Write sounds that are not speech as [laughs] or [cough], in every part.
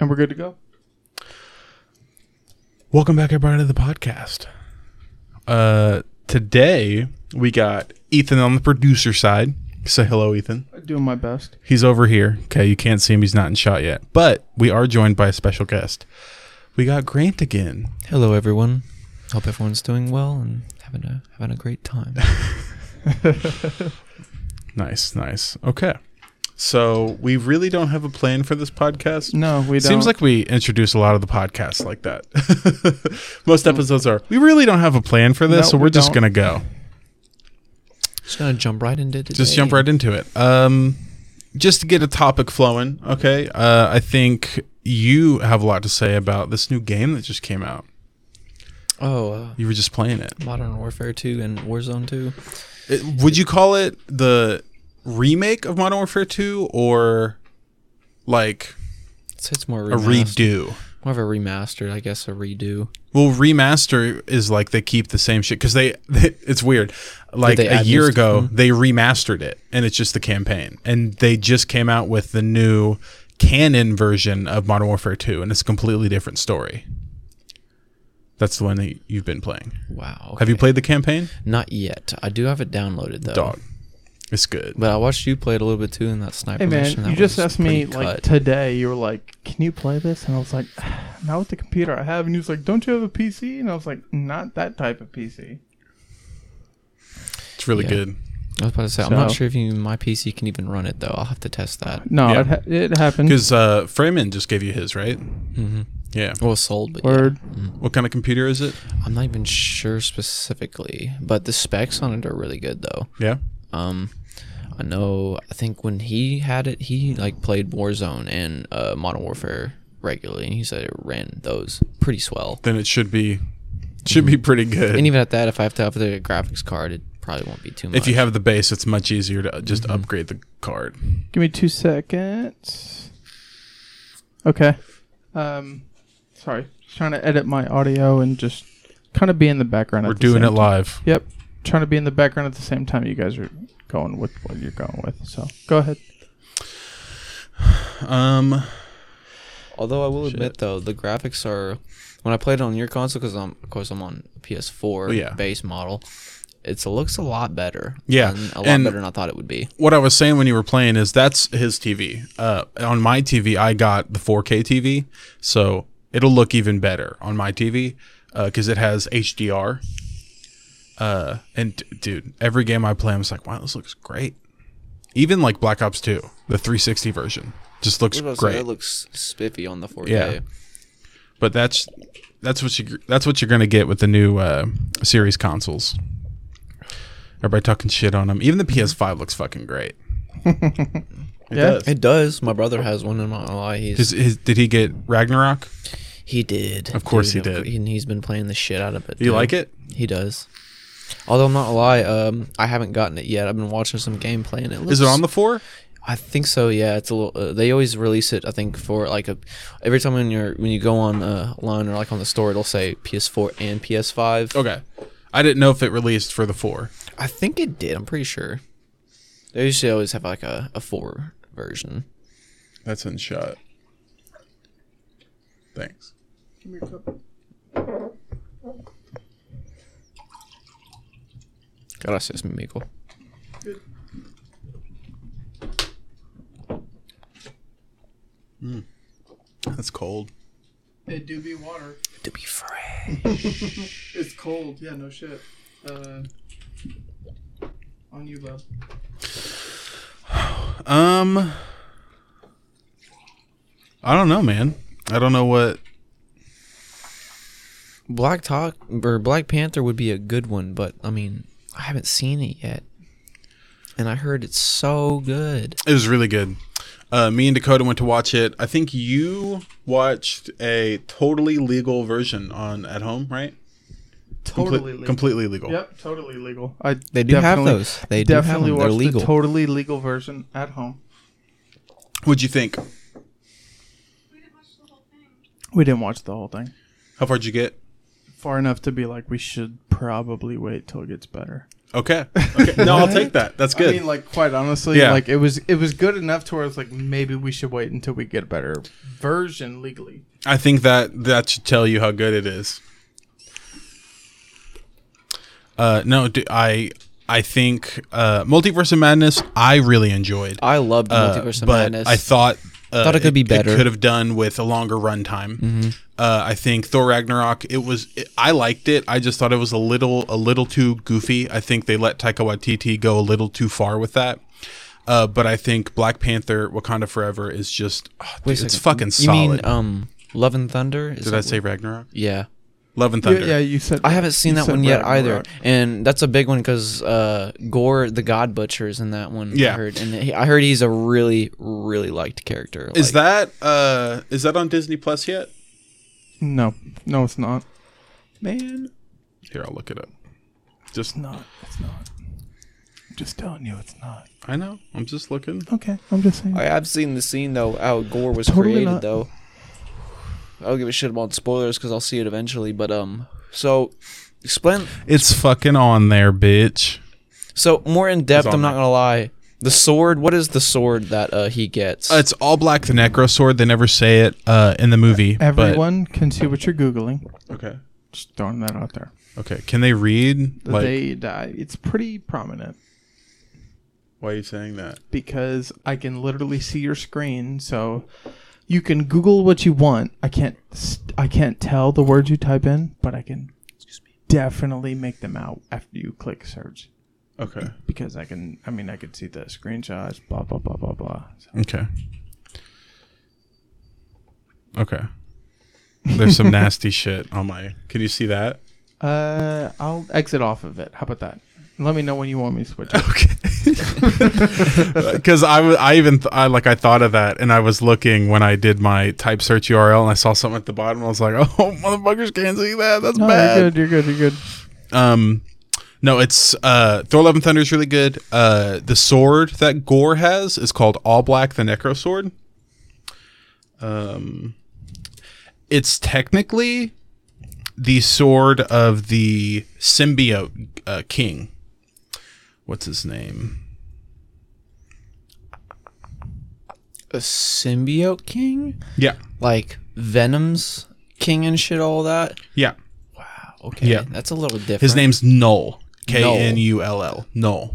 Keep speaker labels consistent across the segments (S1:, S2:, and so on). S1: And we're good to go.
S2: Welcome back, everybody, to the podcast. Uh, today we got Ethan on the producer side. Say hello, Ethan.
S1: Doing my best.
S2: He's over here. Okay, you can't see him. He's not in shot yet. But we are joined by a special guest. We got Grant again.
S3: Hello, everyone. Hope everyone's doing well and having a having a great
S2: [laughs]
S3: time.
S2: Nice, nice. Okay. So we really don't have a plan for this podcast.
S1: No, we don't.
S2: Seems like we introduce a lot of the podcasts like that. [laughs] Most episodes are. We really don't have a plan for this,
S1: No,
S2: so we're
S1: we
S2: just
S1: don't.
S2: gonna go.
S3: Just gonna jump right into today.
S2: Just jump right into it. Um, just to get a topic flowing. Okay. Uh, I think you have a lot to say about this new game that just came out.
S3: Oh, uh,
S2: You were just playing it.
S3: Modern Warfare Two and Warzone Two.
S2: It- would you call it the remake of Modern Warfare Two or like
S3: It's, it's more
S2: a
S3: remastered.
S2: redo?
S3: more of a remaster, I guess. A redo.
S2: Well, remaster is like they keep the same shit because they, it's weird. Like
S3: they
S2: a
S3: add
S2: year
S3: new
S2: ago,
S3: stuff? Mm-hmm.
S2: they remastered it, and it's just the campaign, and they just came out with the new canon version of Modern Warfare Two, and it's a completely different story. That's the one that you've been playing.
S3: Wow.
S2: Have you
S3: okay. Oh.
S2: played the campaign?
S3: Not yet. I do have it downloaded though.
S2: Dog, it's good.
S3: But I watched you play it a little bit too in that sniper
S1: Hey
S3: mission.
S1: man,
S3: That
S1: you just
S3: was
S1: asked me
S3: pretty
S1: like
S3: cut.
S1: today. You were like, "Can you play this?" And I was like, [sighs] "Not with the computer I have." And he was like, "Don't you have a PC?" And I was like, "Not that type of PC."
S2: It's really
S3: Yeah.
S2: good.
S3: I was about to say, I'm not
S1: So-
S3: sure if you, my PC can even run it though. I'll have to test that.
S1: No,
S2: Yeah.
S1: it, ha- it happened.
S2: Because uh, Freeman just gave you his, right?
S3: Mm-hmm.
S2: Yeah.
S3: Well, sold, but yeah.
S1: Word.
S2: What kind of computer is it?
S3: I'm not even sure specifically, but the specs on it are really good though.
S2: Yeah.
S3: Um, I know. I think when he had it, he like played Warzone and uh, Modern Warfare regularly, and he said it ran those pretty swell.
S2: Then it should be, should be pretty good.
S3: Mm-hmm. And even at that, if I have to have the graphics card, it probably won't be too much.
S2: If you have the base, it's much easier to just
S1: Mm-hmm.
S2: upgrade the card.
S1: Give me two seconds. Okay. Um, sorry. Just trying to edit my audio and just kind of be in the background.
S2: We're
S1: at the
S2: doing
S1: same
S2: it live.
S1: Yep. Trying to be in the background at the same time you guys are going with what you're going with. So go ahead.
S2: Um,
S3: although I will admit though, the graphics are when I played it on your console because I'm of course I'm on PS4
S2: Well, Oh, yeah.
S3: base model. It's it looks a lot better.
S2: Yeah,
S3: and a lot
S2: and-
S3: better than I thought it would be.
S2: what I was saying when you were playing is that's his TV. Uh, on my TV, I got the 4K TV, so it'll look even better on my TV because it has HDR. Uh, and d- dude, every game I play, I'm just like, wow, this looks great. Even like Black Ops 2, the 360 version, just looks great.
S3: It looks spiffy on the 4K.
S2: Yeah. but that's that's what you that's what you're gonna get with the new uh, series consoles. Everybody talking shit on them. Even the PS5 looks fucking great. Mm-hmm. it
S1: Yeah.
S2: does.
S3: It does. My brother has one in my eye. He's
S2: His, his, did he get Ragnarok?
S3: He did.
S2: Of course he
S3: of
S2: did.
S3: cou- And he's been playing the shit out of it.
S2: Do you
S3: dude.
S2: like it?
S3: He does. Although I'm not gonna lie, um, I haven't gotten it yet. I've been watching some gameplay and it looks.
S2: Is it on the four?
S3: I think so. Yeah, it's a little. Uh, they always release it. I think for like a every time when you're when you go on uh, line or like on the store, it'll say PS4 and PS5.
S2: Okay, I didn't know if it released for the four.
S3: I think it did. I'm pretty sure. They usually always have like a, a four version.
S2: That's in shot. Thanks.
S3: Gracias, mi amigo.
S2: That's cold.
S1: It do be water.
S3: To be free.
S1: It's cold. Yeah, no shit. Uh, on you, bub.
S2: Um, I don't know, man. I don't know what.
S3: Black Talk or Black Panther would be a good one, but I mean, I haven't seen it yet. And I heard it's so good.
S2: It was really good. Uh, me and Dakota went to watch it. I think you watched a totally legal version on at home, right? Comple-
S1: Totally legal.
S2: completely legal.
S1: Yep, totally legal. I
S3: They do have
S1: definitely-
S3: those. They do have
S1: definitely
S3: them. They're
S1: watched
S3: legal.
S1: the totally legal version at home.
S2: What'd you think?
S4: We didn't watch the whole thing.
S1: We didn't watch the whole thing.
S2: How far'd you get?
S1: far enough to be like we should probably wait till it gets better. [laughs]
S2: Okay. okay. No, I'll take that. That's good.
S1: I mean, like quite honestly,
S2: Yeah.
S1: like it was it was good enough to where it's like maybe we should wait until we get a better version legally.
S2: I think that that should tell you how good it is. Uh, no, d I I I think uh, Multiverse of Madness I really enjoyed,
S3: I loved
S2: uh,
S3: Multiverse of
S2: but
S3: Madness.
S2: I thought uh,
S3: Thought it could be better. Mm-hmm.
S2: It could have done with a longer runtime. Uh, I think Thor Ragnarok. It was it, I liked it. I just thought it was a little a little too goofy. I think they let Taika Waititi go a little too far with that. Uh, but I think Black Panther: Wakanda Forever is just oh, dude,
S3: Wait a
S2: it's
S3: second.
S2: fucking
S3: You
S2: solid.
S3: mean um, Love and Thunder? Is
S2: Did
S3: that
S2: I
S3: what-
S2: say Ragnarok?
S3: Yeah,
S2: Love and
S1: Yeah,
S2: Thunder.
S1: yeah, you said
S3: I haven't seen
S1: you
S3: that
S1: said
S3: one yet either,
S1: Ragnarok.
S3: and that's a big one because uh, Gore the God Butcher is in that one.
S2: Yeah.
S3: I heard, and he, I heard he's a really, really liked character.
S2: Is that
S3: like-
S2: uh is that on Disney Plus yet?
S1: No, no, it's not.
S2: Man. Here, I'll look it up. Just
S1: It's not. It's not. I'm just telling you, it's not.
S2: I know. I'm just looking.
S1: Okay, I'm just saying.
S3: I have seen the scene though how Gore was
S1: Totally
S3: created
S1: not.
S3: though. I don't give a shit about spoilers because I'll see it eventually. But um, so explain.
S2: It's fucking on there, bitch.
S3: So more in depth,
S2: on
S3: I'm not
S2: there.
S3: gonna lie. The sword. What is the sword that uh, he gets?
S2: Uh, it's all black the necro sword. They never say it uh in the movie. but-
S1: Everyone can see what you're googling.
S2: Okay.
S1: Just throwing that out there.
S2: Okay. Can they read?
S1: The
S2: Like
S1: day die. It's pretty prominent
S2: why are you saying that?
S1: because I can literally see your screen, so you can Google what you want. I can't. St- I can't tell the words you type in, but I can definitely make them out after you click search
S2: Okay.
S1: because I can. I mean, I could see the screenshots. Blah blah blah blah blah. So-
S2: Okay. Okay. There's some nasty [laughs] shit on my Can you see that?
S1: Uh, I'll exit off of it. How about that? Let me know when you want me to switch. it.
S2: Okay. Because I wa- I even th- I like I thought of that and I was looking when I did my type search URL and I saw something at the bottom. I was like, [laughs] oh motherfuckers can't see that. That's
S1: No,
S2: bad.
S1: you're good. You're good. You're good.
S2: Um, no, it's uh, Thor: Love and Thunder is really good. Uh, the sword that Gore has is called All Black, the Necro Sword. Um, it's technically the sword of the symbiote uh, king. What's his name?
S3: a symbiote king,
S2: Yeah,
S3: like Venom's king and shit. All that.
S2: yeah.
S3: Wow. Okay.
S2: Yeah.
S3: That's a little different.
S2: His name's Null. K N U L L. Null.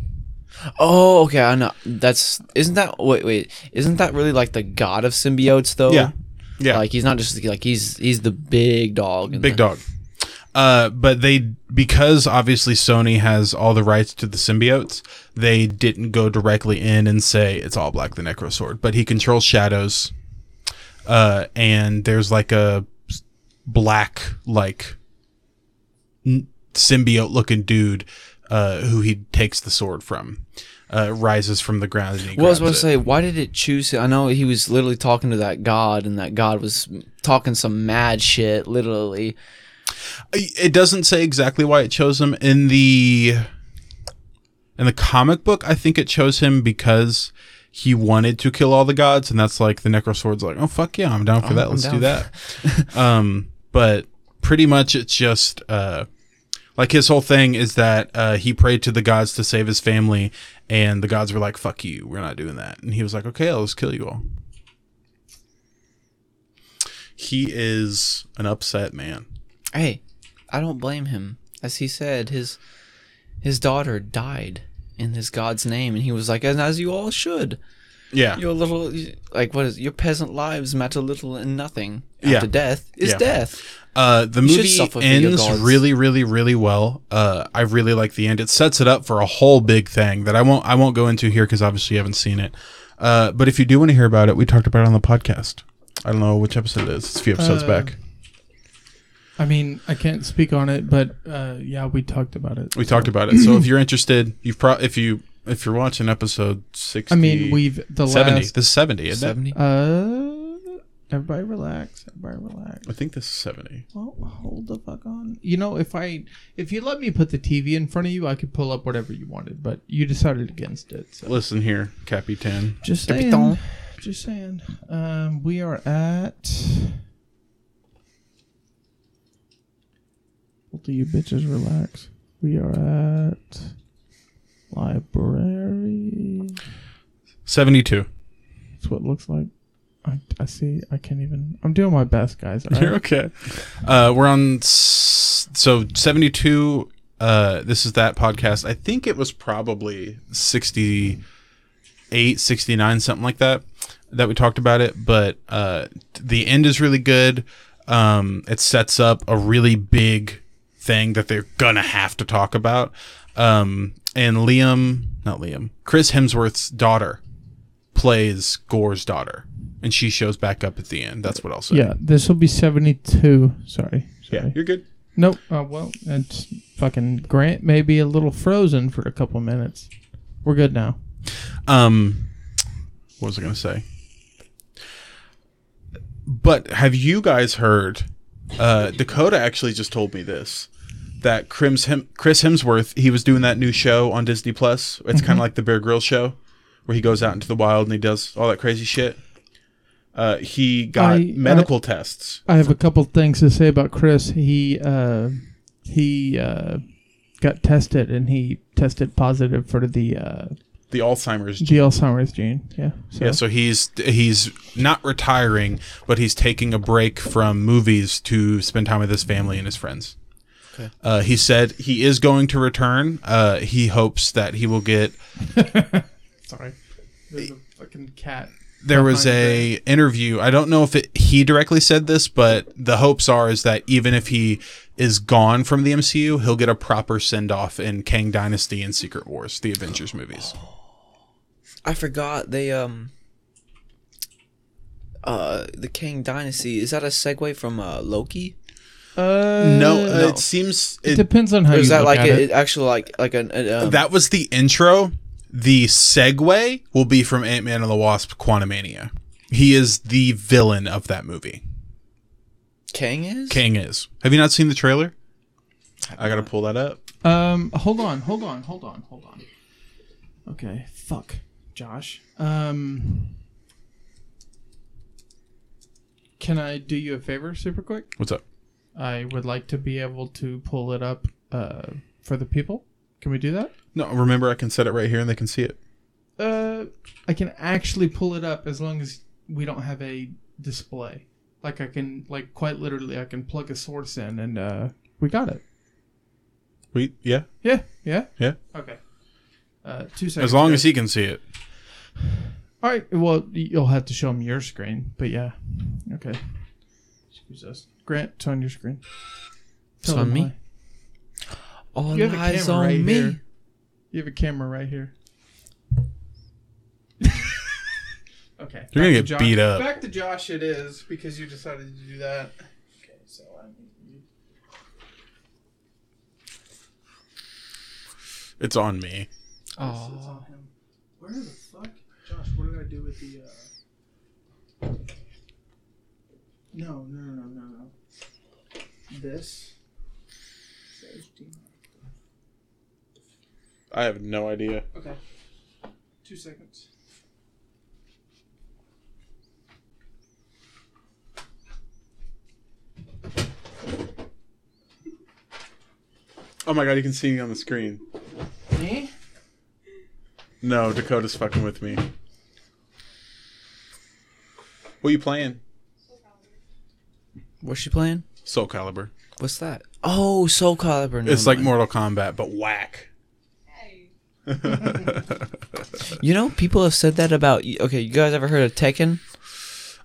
S3: Oh, okay. I know. That's isn't that wait wait isn't that really like the god of symbiotes though?
S2: Yeah. Yeah.
S3: Like he's not just like he's he's the big dog. in
S2: big
S3: the-
S2: dog. Uh, but they because obviously Sony has all the rights to the symbiotes, they didn't go directly in and say it's all black the Necro Sword, but he controls shadows. Uh, and there's like a s- black like symbiote looking dude uh, who he takes the sword from. Uh, rises from the ground. And he
S3: Well, I was about to
S2: grabs it.
S3: say, why did it choose? I know he was literally talking to that god, and that god was talking some mad shit, literally.
S2: it doesn't say exactly why it chose him in the in the comic book i think it chose him because he wanted to kill all the gods and that's like the necro sword's like oh fuck yeah i'm down for
S3: I'm-
S2: that
S3: I'm
S2: let's do
S3: down."
S2: that um but pretty much it's just uh like his whole thing is that uh, he prayed to the gods to save his family and the gods were like fuck you we're not doing that and he was like okay i'll just kill you all he is an upset man
S3: Hey, I don't blame him. As he said, his his daughter died in his god's name, and he was like, "And as you all should,
S2: yeah
S3: your little like what is your peasant lives matter little and nothing
S2: Yeah.
S3: after death is
S2: Yeah.
S3: death."
S2: Uh, the
S3: should
S2: movie
S3: suffer video
S2: ends
S3: gods.
S2: really, really, really well. Uh, I really like the end. It sets it up for a whole big thing that I won't I won't go into here because obviously you haven't seen it. Uh, but if you do want to hear about it, we talked about it on the podcast. I don't know which episode it is. It's a few episodes
S1: Uh,
S2: back.
S1: I mean, I can't speak on it, but uh, yeah, we talked about it.
S2: We talked about it. So if you're interested, you've pro- if you if you're watching episode sixty,
S1: I mean, we've the
S2: seventy.
S1: last.
S2: This is seventy, isn't
S3: Seventy.
S1: Uh, everybody relax. Everybody relax.
S2: it? I think this is seventy.
S1: Well, hold the fuck on. You know, if I if you let me put the TV in front of you, I could pull up whatever you wanted, but you decided against it. So
S2: Listen here, Capitan.
S1: just
S3: Capitan.
S1: saying. Just saying. Um, we are at do you bitches relax? We are at library.
S2: 72.
S1: That's what it looks like. I, I see. I can't even. I'm doing my best, guys. all
S2: You're
S1: right?
S2: okay. Uh, we're on s- so 72. Uh, this is that podcast. I think it was probably 68, 69, something like that, that we talked about it. But uh, the end is really good. Um, it sets up a really big thing that they're gonna have to talk about. Um, and Liam, not Liam, Chris Hemsworth's daughter plays Gore's daughter, and she shows back up at the end. That's what I'll say.
S1: [laughs] Yeah, this will be 72. Sorry. Sorry.
S2: you're good.
S1: Nope. Uh, well, it's fucking Grant may be a little frozen for a couple minutes. We're good now.
S2: Um, what was I gonna say? But have you guys heard? Uh, Dakota actually just told me this that Crims Hem- Chris Hemsworth he was doing that new show on Disney Plus. It's
S1: Mm-hmm.
S2: kind of like the Bear Grylls show where he goes out into the wild and he does all that crazy shit. Uh, he got
S1: I-
S2: medical tests.
S1: I have a couple things to say about Chris. He uh, he uh, got tested and he tested positive for the uh,
S2: The Alzheimer's
S1: the Alzheimer's gene. Yeah. So.
S2: Yeah, so he's he's not retiring, but he's taking a break from movies to spend time with his family and his friends.
S3: Okay.
S2: Uh, he said he is going to return. Uh, he hopes that he will get.
S1: Sorry. There's a fucking cat.
S2: There was a interview. I don't know if it, he directly said this, but the hopes are is that even if he is gone from the MCU, he'll get a proper send off in Kang Dynasty and Secret Wars, the Avengers movies.
S3: I forgot they um uh the Kang Dynasty is that a segue from uh Loki?
S1: Uh,
S2: no, uh,
S3: no.
S2: it seems
S1: It
S2: it,
S1: depends on how
S3: Or
S1: you
S3: is that
S1: look
S3: like
S1: at
S3: a,
S1: it.
S3: actually like like an, an um,
S2: that was the intro. The segue will be from Ant Man and the Wasp: Quantumania. He is the villain of that movie.
S3: Kang is?
S2: Kang is. Have you not seen the trailer? I gotta pull that up.
S1: Um, hold on, hold on, hold on, hold on. Okay, fuck, Josh. Um, can I do you a favor, super quick?
S2: What's up?
S1: I would like to be able to pull it up uh, for the people. Can we do that?
S2: No, remember I can set it right here and they can see it.
S1: Uh, I can actually pull it up as long as we don't have a display. Like I can, like quite literally, I can plug a source in and uh, we got it.
S2: We yeah
S1: Yeah, yeah,
S2: yeah.
S1: okay. Uh, two seconds.
S2: As long
S1: guys.
S2: as he can see it.
S1: All right. Well, you'll have to show them your screen, but yeah. Okay. Excuse us. Grant, it's on your screen.
S3: It's
S1: Tell
S3: on
S1: them
S3: me?
S1: why.
S2: Oh,
S3: All
S1: You have a
S3: eyes
S1: camera
S3: on
S1: right
S3: me.
S1: here. You have a camera right here. [laughs] okay. back
S2: You're gonna
S1: to
S2: get
S1: Josh.
S2: beat up.
S1: Back to Josh, it is because you decided to do that. Okay, so I need
S2: It's on me.
S3: Oh.
S1: him. Where the fuck, Josh? What did I do with the? Uh... No, no, no, no, no, no. This.
S2: I have no idea.
S1: Okay. Two seconds.
S2: Oh my god, you can see me on the screen.
S1: Me?
S2: No, Dakota's fucking with me. What are you playing?
S3: What's she playing?
S2: Soul Calibur.
S3: What's that? Oh, Soul Calibur. never
S2: It's like
S3: mind.
S2: Mortal Kombat, but whack.
S3: You know, people have said that about. Okay, you guys ever heard of Tekken?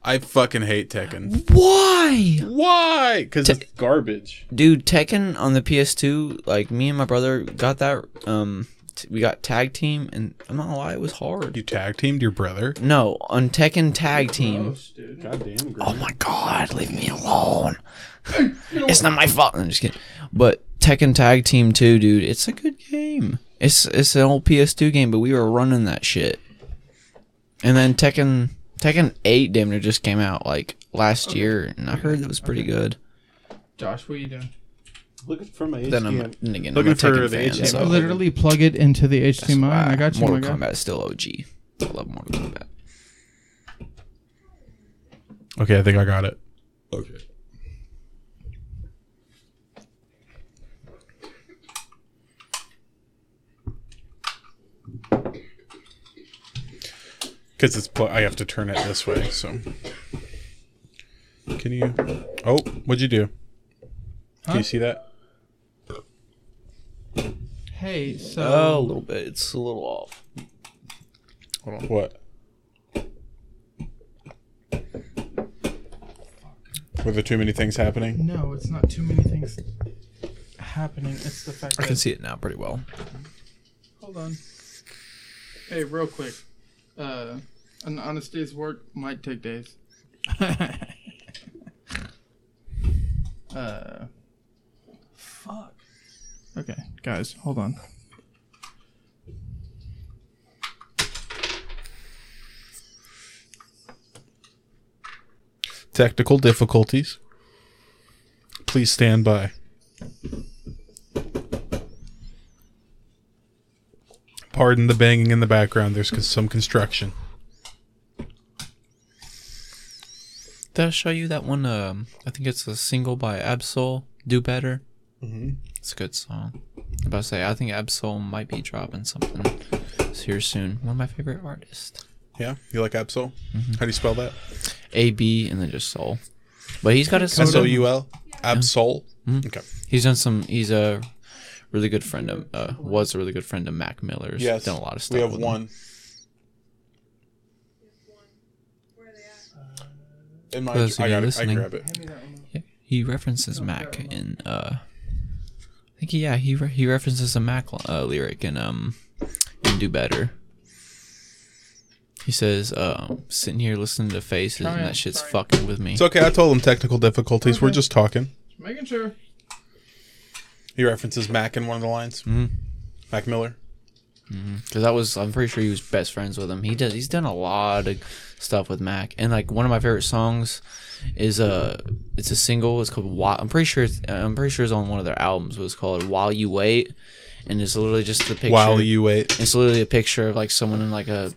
S2: I fucking hate Tekken.
S3: Why?
S2: Why? Because it's garbage.
S3: dude tekken on the ps2 like me and my brother got that um t- we got tag team and i'm not gonna lie it was hard
S2: You tag teamed your brother.
S3: no on tekken tag team
S1: Gross, dude.
S2: Goddamn.
S3: oh my god leave me alone it's not my fault i'm just kidding but tekken tag team 2 dude it's a good game it's it's an old ps2 game but we were running that shit and then tekken tekken 8 damn near just came out like last year and i heard that was pretty good
S1: Josh, what are you doing?
S2: Looking for my
S3: then i'm and again
S2: Looking
S3: i'm a
S2: for
S3: tekken
S2: the
S3: fan,
S2: HDMI.
S3: so-
S1: Literally plug it into the HDMI. I got you.
S3: Mortal
S1: my guy.
S3: Kombat is still OG. I love Mortal Kombat.
S2: Okay, I think I got it. Okay. because it's pl- I have to turn it this way. So can you? Oh, what'd you do? Do you see that?
S1: Hey, so
S3: Oh, a little bit. It's a little off.
S2: Hold on. What? Were there too many things happening?
S1: no, it's not too many things happening. It's the fact
S3: I
S1: that
S3: can see it now pretty well.
S1: Hold on. Hey, real quick. Uh, an honest day's work might take
S3: [laughs]
S1: days. uh, fuck. Okay, guys, hold on.
S2: Technical difficulties. Please stand by. Pardon the banging in the background. There's cons- some construction.
S3: Did I show you that one? Um, I think it's a single by Absol. Do better.
S2: Mm-hmm.
S3: It's a good song. I was about to say, I think Absol might be dropping something here soon. One of my favorite artists.
S2: Yeah, you like Absol? How do you spell that?
S3: A B and then just Soul. But he's got his
S2: S O U L. Absol. Okay.
S3: He's done some. He's a really good friend of. Uh, was a really good friend of Mac Miller's.
S2: Yes.
S3: Done a lot of stuff.
S2: We have
S3: with him.
S2: one. In my,
S3: For those of
S2: I
S3: you
S2: got it. I
S3: listening.
S2: grab it.
S3: Yeah, he references Mac in. Uh, I think yeah, he re- he references a Mac uh, lyric in um, in Do Better. He says, um, sitting here listening to faces and that shit's fucking with me.
S2: It's okay. I told him technical difficulties. We're just talking.
S1: Making sure.
S2: He references Mac in one of the lines. Mm-hmm. Mac Miller.
S3: Because that was, I'm pretty sure he was best friends with him. He does, he's done a lot of stuff with Mac, and like one of my favorite songs is a, it's a single. It's called. Why, I'm pretty sure. It's, I'm pretty sure it's on one of their albums. But it's called While You Wait, and it's literally just the picture.
S2: While you wait.
S3: It's literally a picture of like someone in like a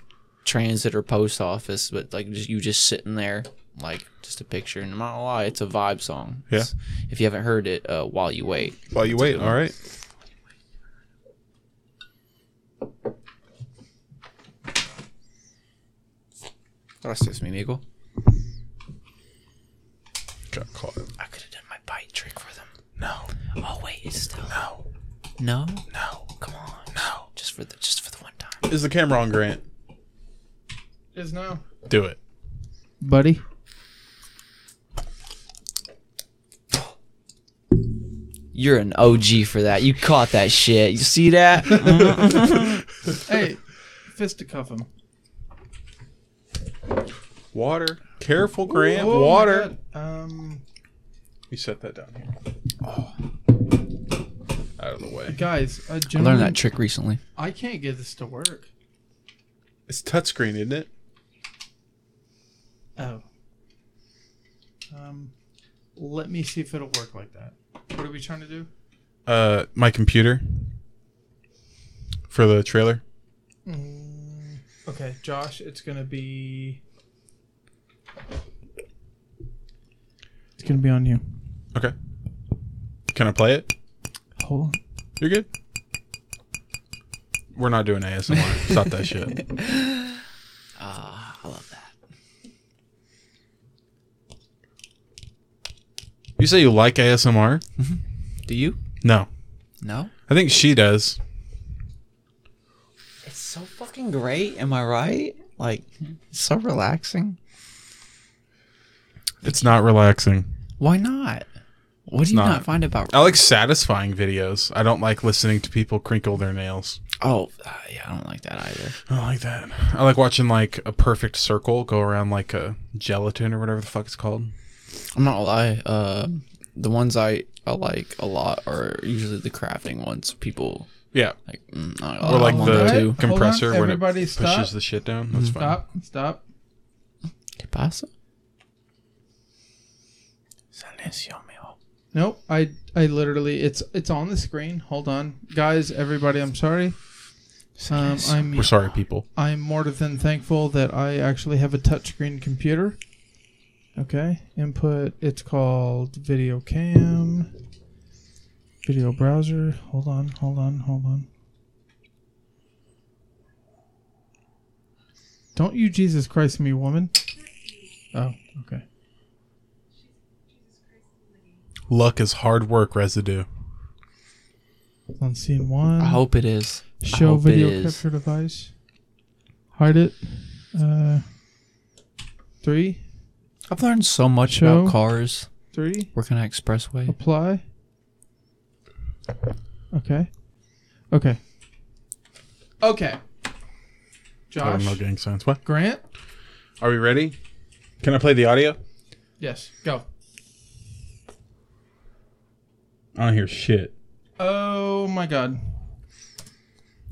S3: transit or post office, but like just, you just sitting there, like just a picture. And I'm not gonna lie, it's a vibe song.
S2: Yeah.
S3: It's- if you haven't heard it, uh, while you wait,
S2: While you wait. All right.
S3: gracias, mi amigo.
S2: Got caught.
S3: I could have done my bite trick for them. No. Oh wait, it's still no. No. No. Come on. No. Just for the just for the one time.
S2: Is the camera on, Grant?
S1: Is now.
S2: Do it.
S1: Buddy.
S3: You're an OG for that. You caught that shit. You see [laughs] that?
S1: Hey, fisticuff him.
S2: Water. Careful, Grant.
S1: Oh my
S2: Water.
S1: God. Um,
S2: You set that down here. Oh. Out of the way.
S1: guys, a
S3: I learned that
S1: gentleman.
S3: trick recently.
S1: I can't get this to work.
S2: It's touchscreen, isn't it?
S1: Oh. Um, let me see if it'll work like that. What are we trying to do?
S2: Uh, my computer. For the trailer.
S1: Mm, okay, Josh, it's gonna be. It's gonna be on you.
S2: Okay. Can I play it?
S1: Hold on.
S2: You're good. We're not doing ASMR. Stop that
S3: [laughs]
S2: shit.
S3: Ah, I love that.
S2: You say you like ASMR?
S3: Do you?
S2: No.
S3: No.
S2: I think she does.
S3: It's so fucking great. Am I right? Like, it's so relaxing.
S2: It's not relaxing.
S3: Why not? What do you not,
S2: not.
S3: find about?
S2: I like satisfying videos. I don't like listening to people crinkle their nails.
S3: Oh, uh, yeah, I don't like that either.
S2: I don't like that. I like watching like a perfect circle go around like a gelatin or whatever the fuck it's called.
S3: I'm not gonna lie. Uh, the ones I, I like a lot are usually the crafting ones. People
S2: Yeah.
S3: like, mm, I
S2: Or like
S3: want
S2: the
S3: that too.
S2: compressor
S1: Hold on,
S2: when it
S1: everybody
S2: pushes
S1: stop. Mm-hmm.
S2: the shit down. That's fine.
S1: Stop, stop.
S3: ¿Qué pasa? Silencio, mijo.
S1: Nope, I, I literally, it's, it's on the screen. Hold on, guys, everybody. I'm sorry. Um, I'm,
S2: We're sorry, people.
S1: I'm more than thankful that I actually have a touchscreen computer. Okay, input. It's called video cam, video browser. Hold on, hold on, hold on. Don't you Jesus Christ me, woman? Oh, okay.
S2: Luck is hard work residue.
S1: On scene one.
S3: I hope it is. I
S1: Show
S3: hope
S1: video
S3: it is.
S1: capture device. Hide it. Uh, three,
S3: I've learned so much
S1: Show.
S3: about cars
S1: three.
S3: working on expressway.
S1: Apply. Okay. Okay. Okay.
S2: I don't
S1: Josh.
S2: know gang signs. What?
S1: Grant.
S2: Are we ready? Can I play the audio?
S1: Yes. Go.
S2: I don't hear shit.
S1: Oh my God.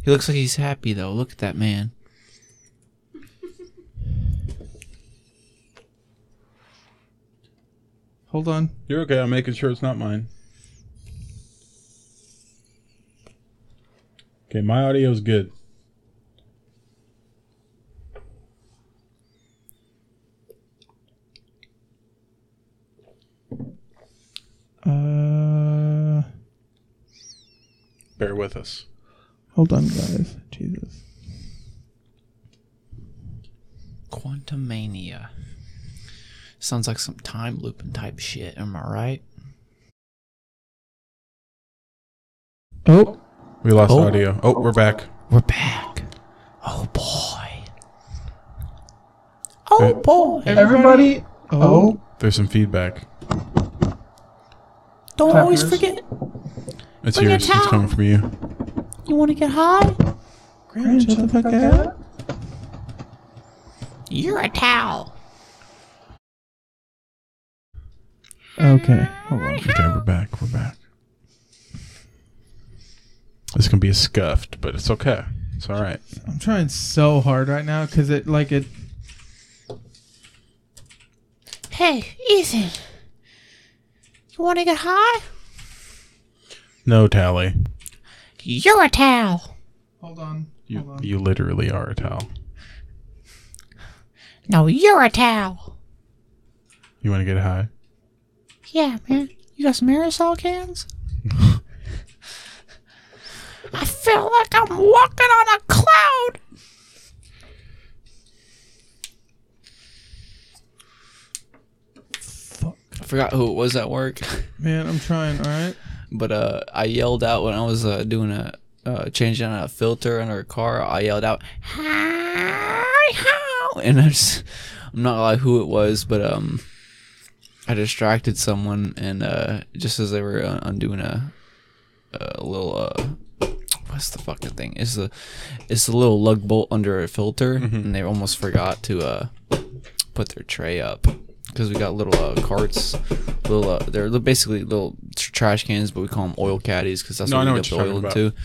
S3: He looks like he's happy though. Look at that man.
S1: Hold on.
S2: You're okay. I'm making sure it's not mine. Okay, my audio's good.
S1: Uh,
S2: Bear with us.
S1: hold on, guys. Jesus.
S3: Quantum mania. Sounds like some time looping type shit. Am I right?
S1: Oh.
S2: We lost
S3: Oh.
S2: audio. Oh, we're back.
S3: We're back. Oh boy. Oh boy.
S1: Everybody. Oh.
S2: There's some feedback.
S4: Don't always forget.
S2: It's
S4: Bring a
S2: yours. It's
S4: towel.
S2: coming from you.
S4: You want to get high?
S1: Grant, shut the fuck up.
S4: You're a towel.
S1: Okay. Hold on.
S2: Okay, we're back. We're back. This can be scuffed, but it's okay. It's all right.
S1: I'm trying so hard right now because it like it.
S4: Hey, Ethan. You want to get high?
S2: No tally.
S4: You're a towel.
S1: Hold on. Hold
S2: You
S1: on.
S2: you literally are a towel.
S4: No, you're a towel.
S2: You want to get high?
S4: Yeah, man. You got some aerosol cans? [laughs] I feel like I'm walking on a cloud.
S3: I forgot who it was at work, [laughs]
S1: Man, I'm trying. All right.
S3: but uh, I yelled out when I was uh, doing a uh, changing a filter in her car. I yelled out, "Hi ho!" And I just, I'm not like who it was, but um, I distracted someone, and uh, just as they were uh, undoing a, a little uh. What's the fucking thing? It's the it's the little lug bolt under a filter,
S2: Mm-hmm.
S3: and they almost forgot to uh put their tray up because we got little uh, carts, little uh, they're li- basically little tr- trash cans, but we call them oil caddies because that's
S2: No, I
S3: what
S2: know
S3: we
S2: what
S3: get the
S2: you're
S3: oil
S2: talking
S3: into.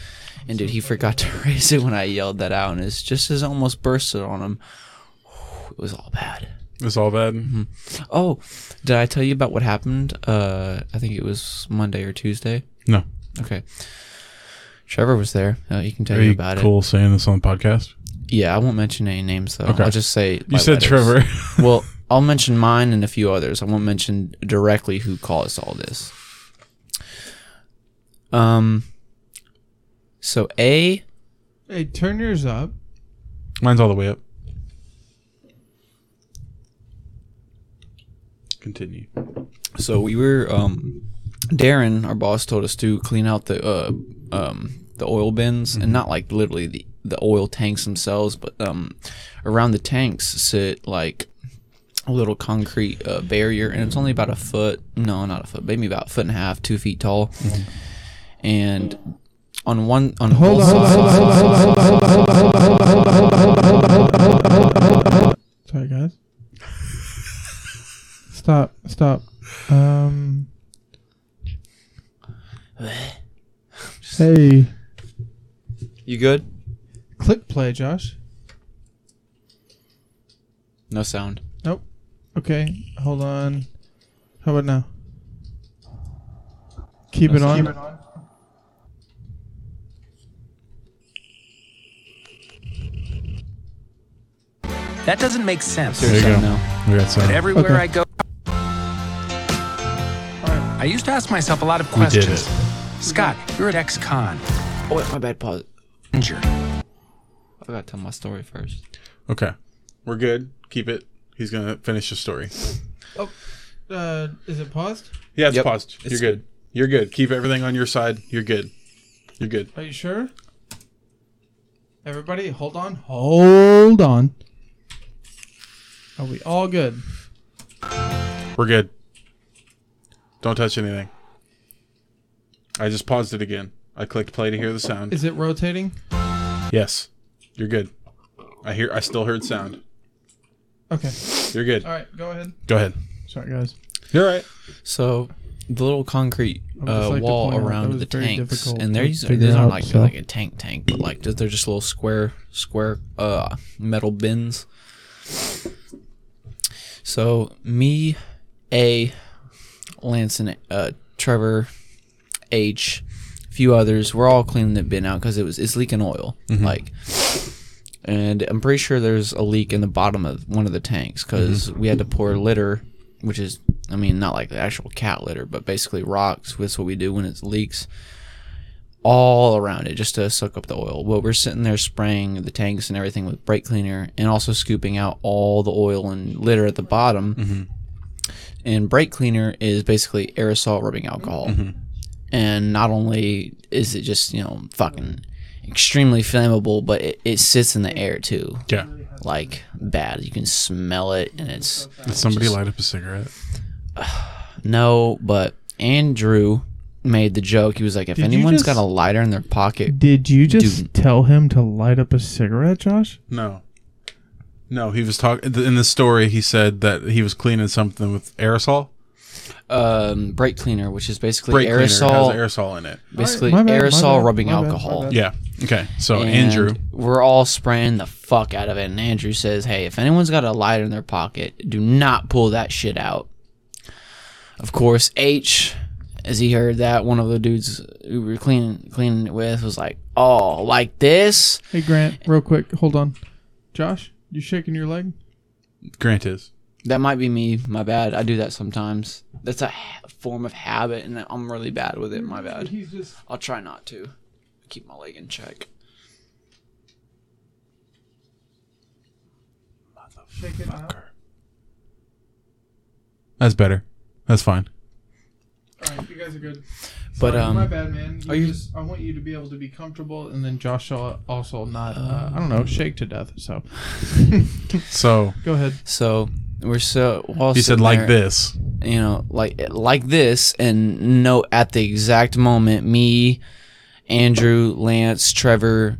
S3: And dude, he forgot to [laughs] raise it when I yelled that out, and it's just as almost bursted on him. It was all bad.
S2: It's all bad.
S3: Oh, did I tell you about what happened? Uh, I think it was Monday or Tuesday.
S2: No.
S3: Okay. Trevor was there. Uh, he can tell
S2: Are
S3: you
S2: you
S3: about
S2: cool saying this on the podcast?
S3: it. Yeah, I won't mention any names though.
S2: Okay.
S3: I'll just say
S2: You said
S3: [laughs]
S2: Trevor. [laughs]
S3: well, I'll mention mine and a few others. I won't mention directly who caused all this. Um. So A,
S1: Hey, turn yours up.
S2: Mine's all the way up. Continue.
S3: so we were um, Darren, our boss, told us to clean out the uh, um, the oil bins and not like literally the the oil tanks themselves, but um, around the tanks sit like a little concrete uh, barrier, and it's only about a foot. No, not a foot. Maybe about a foot and a half, two feet tall, and. On one, on
S1: Hold
S3: both
S1: on, hold on,
S3: sides-
S1: hold on, hold on, hold on, hold on, hold on, hold on, hold on, hold on, hold on, hold on, hold on, hold on, hold on, hold on, hold on, hold on. Sorry, guys. Stop. Stop. Um. Hey,
S3: You good?
S1: click play, Josh.
S3: No sound.
S1: Nope. Okay, hold on. How about now? Keep it on. Keep it on.
S5: That doesn't make sense.
S2: There you
S3: Sound
S2: go.
S3: now.
S2: We got some.
S5: Everywhere
S1: Okay.
S5: I go, I used to ask myself a lot of
S2: We did
S5: questions.
S2: it.
S5: Scott, you're at ex-con.
S3: Oh wait, my bad. Pause.
S5: Injured.
S3: I gotta tell my story first.
S2: Okay. We're good. Keep it. He's gonna finish the story.
S1: Oh, Uh, is it paused?
S2: Yeah, it's
S3: Yep.
S2: paused. You're
S3: It's-
S2: good. You're good. Keep everything on your side. You're good. You're good.
S1: Are you sure? Everybody, hold on. Hold on. Are we all good?
S2: We're good. Don't touch anything. I just paused it again. I clicked play to hear the sound.
S1: Is it rotating?
S2: Yes. You're good. I hear I still heard sound.
S1: Okay.
S2: You're good.
S1: All right. Go ahead.
S2: Go ahead.
S1: Sorry, guys.
S2: You're right.
S3: So the little concrete
S1: would just
S3: uh,
S1: like to
S3: wall
S1: point out that
S3: around
S1: was
S3: the
S1: very
S3: tanks,
S1: difficult
S3: and
S1: to
S3: they're using
S1: figure
S3: these aren't
S1: out,
S3: like
S1: so-
S3: like a tank tank, but like they're just little square square uh metal bins. So me, A, Lance and uh Trevor, H, a few others, we're all cleaning the bin out because it was it's leaking oil, like. And I'm pretty sure there's a leak in the bottom of one of the tanks because we had to pour litter which is I mean not like the actual cat litter, but basically rocks. That's what we do when it leaks all around it just to suck up the oil. But we're sitting there spraying the tanks and everything with brake cleaner and also scooping out all the oil and litter at the bottom. And brake cleaner is basically aerosol rubbing alcohol. And not only is it just, you know, fucking extremely flammable, but it, it sits in the air too.
S2: Yeah.
S3: Like bad. You can smell it and it's
S2: Did somebody light up a cigarette?
S3: no, but Andrew made the joke. He was like, if
S1: Did you
S3: anyone's
S1: just-
S3: got a lighter in their pocket,
S1: Did you just
S3: Dude.
S1: tell him to light up a cigarette, Josh?
S2: No. No, he was talking in the story. He said that he was cleaning something with aerosol.
S3: um, brake cleaner, which is basically
S2: Brake cleaner has
S3: aerosol,
S2: aerosol in it.
S3: basically
S1: My bad, my
S3: aerosol
S1: bad,
S3: rubbing
S1: my bad, my
S3: alcohol.
S1: bad.
S2: Yeah. Okay. So
S3: And
S2: Andrew,
S3: we're all spraying the fuck out of it. And Andrew says, "Hey, if anyone's got a lighter in their pocket, do not pull that shit out." Of course, H, as he heard that, one of the dudes who we were cleaning cleaning it with was like, "Oh, like this."
S1: Hey, Grant, real quick. Hold on. Josh, you shaking your leg?
S2: Grant is.
S3: That might be me. My bad. I do that sometimes. That's a ha- form of habit, and I'm really bad with it. My bad.
S1: He's just.
S3: I'll try not to. Keep my leg in check.
S2: That's better. That's fine.
S1: Alright, you guys are good.
S3: But
S1: Sorry, my
S3: um,
S1: bad, man. You
S3: are you-
S1: just, I want you to be able to be comfortable, and then Josh shall also not, uh, I don't know, shake to death. So
S2: So
S1: go ahead.
S3: so we're so. Well,
S2: he said like this.
S3: you know, like like this, and no, at the exact moment, me, Andrew, Lance, Trevor,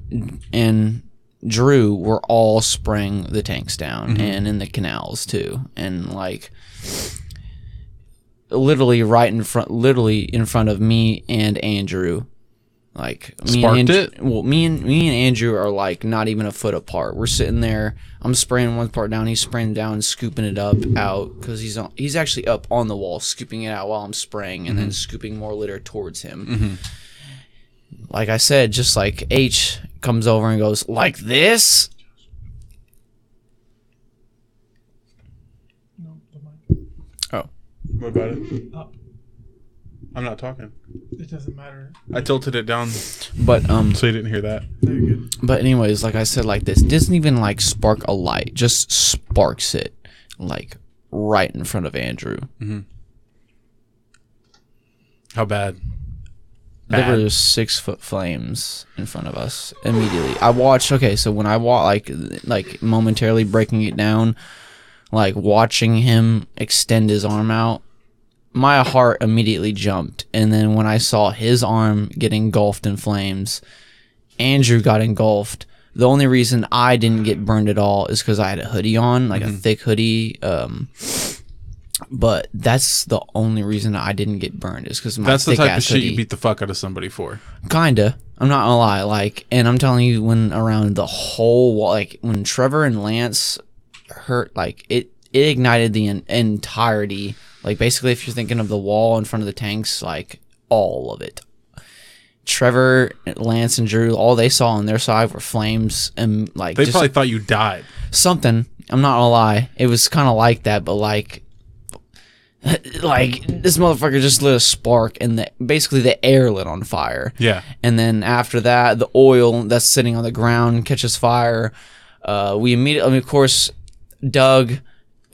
S3: and Drew were all spraying the tanks down and in the canals too, and like literally right in front, literally in front of me and Andrew. Like me
S2: Sparked
S3: and Andrew,
S2: it?
S3: Well, me and me and Andrew are like not even a foot apart. We're sitting there. I'm spraying one part down. He's spraying down, scooping it up out because he's on, he's actually up on the wall, scooping it out while I'm spraying, and
S2: Mm-hmm.
S3: then scooping more litter towards him.
S2: Mm-hmm.
S3: Like I said, just like H comes over and goes like this.
S1: No, the mic.
S3: Oh,
S2: What about it?
S1: Up.
S2: I'm not talking.
S1: It doesn't matter.
S2: I tilted it down so
S3: but um,
S2: you didn't hear that.
S1: Very good.
S3: But anyways, like I said, like this doesn't even like spark a light, just sparks it, like right in front of Andrew.
S2: How bad?
S3: There were six foot flames in front of us immediately. I watched. Okay, so when I watch, like, like momentarily breaking it down, like watching him extend his arm out, my heart immediately jumped. And then when I saw his arm get engulfed in flames, Andrew got engulfed. The only reason I didn't get burned at all is because I had a hoodie on, like a
S2: Mm-hmm.
S3: thick hoodie. Um, but that's the only reason I didn't get burned is because my
S2: That's the
S3: thick
S2: type of
S3: ass
S2: shit
S3: hoodie
S2: you beat the fuck out of somebody for.
S3: kinda. I'm not gonna lie. Like, and I'm telling you, when around the whole wall, like when Trevor and Lance hurt, like it it ignited the en- entirety. Like basically, if you're thinking of the wall in front of the tanks, like all of it. Trevor, Lance, and Drew, all they saw on their side were flames and like
S2: They
S3: just
S2: probably thought you died.
S3: something. I'm not gonna lie. It was kind of like that, but like, [laughs] like this motherfucker just lit a spark, and the, basically the air lit on fire.
S2: Yeah.
S3: And then after that, the oil that's sitting on the ground catches fire. Uh, we immediately, I mean, of course, Doug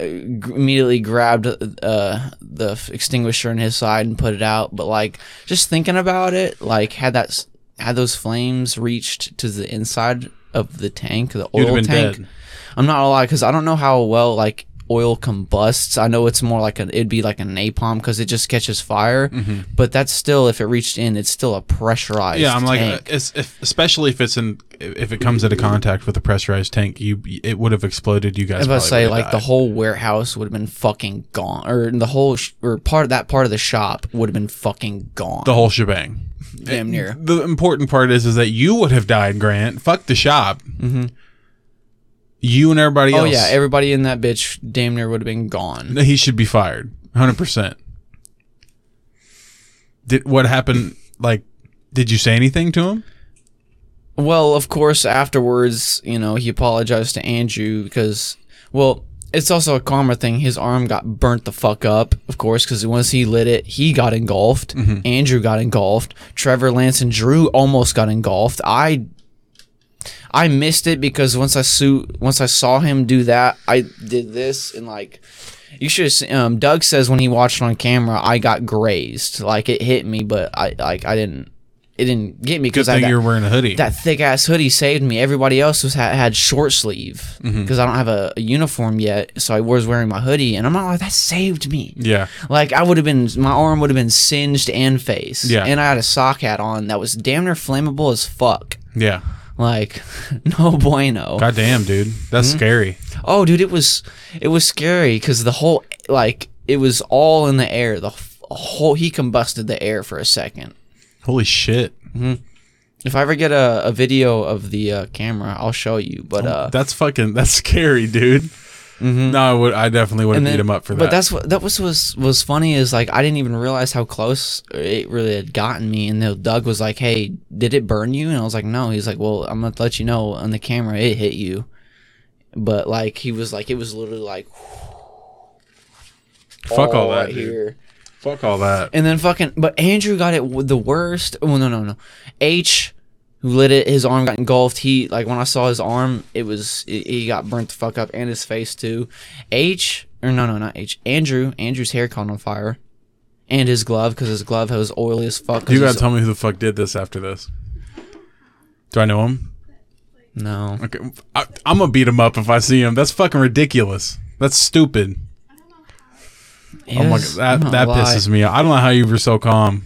S3: uh, g- immediately grabbed uh, the f- extinguisher in his side and put it out. But like just thinking about it, like had that s- had those flames reached to the inside of the tank, the
S2: You'd have
S3: oil
S2: been
S3: tank.
S2: dead.
S3: I'm not gonna lie because I don't know how well like oil combusts. I know it's more like an it'd be like a napalm because it just catches fire. But that's still if it reached in, it's still a pressurized.
S2: Mm-hmm. Yeah, I'm like,
S3: tank.
S2: uh, it's, if, especially if it's in, if it comes into contact with a pressurized tank, you it would have exploded. You
S3: I
S2: guys.
S3: was about to
S2: probably
S3: say,
S2: would've
S3: like the
S2: died.
S3: whole warehouse would have been fucking gone, or the whole sh- or part that part of the shop would have been fucking gone.
S2: the whole shebang.
S3: damn near.
S2: The important part is, is that you would have died, Grant. Fuck the shop. You and everybody
S3: Mm-hmm. Oh
S2: else.
S3: yeah, everybody in that bitch damn near would have been gone.
S2: he should be fired 100% did what happened like did you say anything to him
S3: Well, of course, afterwards, you know, he apologized to Andrew because, well, it's also a karma thing. His arm got burnt the fuck up, of course, because once he lit it, he got engulfed.
S2: Mm-hmm.
S3: Andrew got engulfed. Trevor, Lance, and Drew almost got engulfed. I, I missed it because once I su- once I saw him do that, I did this and like. You should. Um, Doug says when he watched on camera, I got grazed. Like it hit me, but I like I didn't. It didn't get me
S2: good
S3: because I
S2: thing
S3: got-
S2: you were wearing a hoodie
S3: that thick ass hoodie saved me. Everybody else was had, had short sleeve because I don't have a, a uniform yet, so I was wearing my hoodie, and I'm not like that saved me.
S2: yeah
S3: Like I would have been, my arm would have been singed and face.
S2: Yeah.
S3: and I had a sock hat on that was damn near flammable as fuck.
S2: yeah
S3: Like, [laughs] no bueno.
S2: god damn dude that's scary
S3: Oh, dude, it was it was scary because the whole like it was all in the air. The f- whole he combusted the air for a second.
S2: holy shit
S3: If I ever get a, a video of the uh, camera, I'll show you. But uh,
S2: that's fucking that's scary dude no i would i definitely would have
S3: Mm-hmm. And
S2: beat
S3: then-
S2: him up for that
S3: But that's what that was was was funny is like I didn't even realize how close it really had gotten me. And then Doug was like, "Hey, did it burn you?" And I was like, "No." He's like, "Well, I'm gonna let you know on the camera it hit you." But like he was like it was literally like
S2: fuck all
S3: all
S2: that
S3: right
S2: dude. fuck all that
S3: And then fucking but Andrew got it w- the worst. Oh no no no, H who lit it his arm got engulfed. He like when I saw his arm, it was it, he got burnt the fuck up and his face too. H or no no not H Andrew Andrew's hair caught on fire. And his glove, because his glove was oily as fuck. 'cause
S2: you gotta
S3: his-
S2: tell me who the fuck did this after this do i know him
S3: no.
S2: okay I, i'm gonna beat him up if i see him that's fucking ridiculous that's stupid oh my god that, that pisses me off i don't know how you were so calm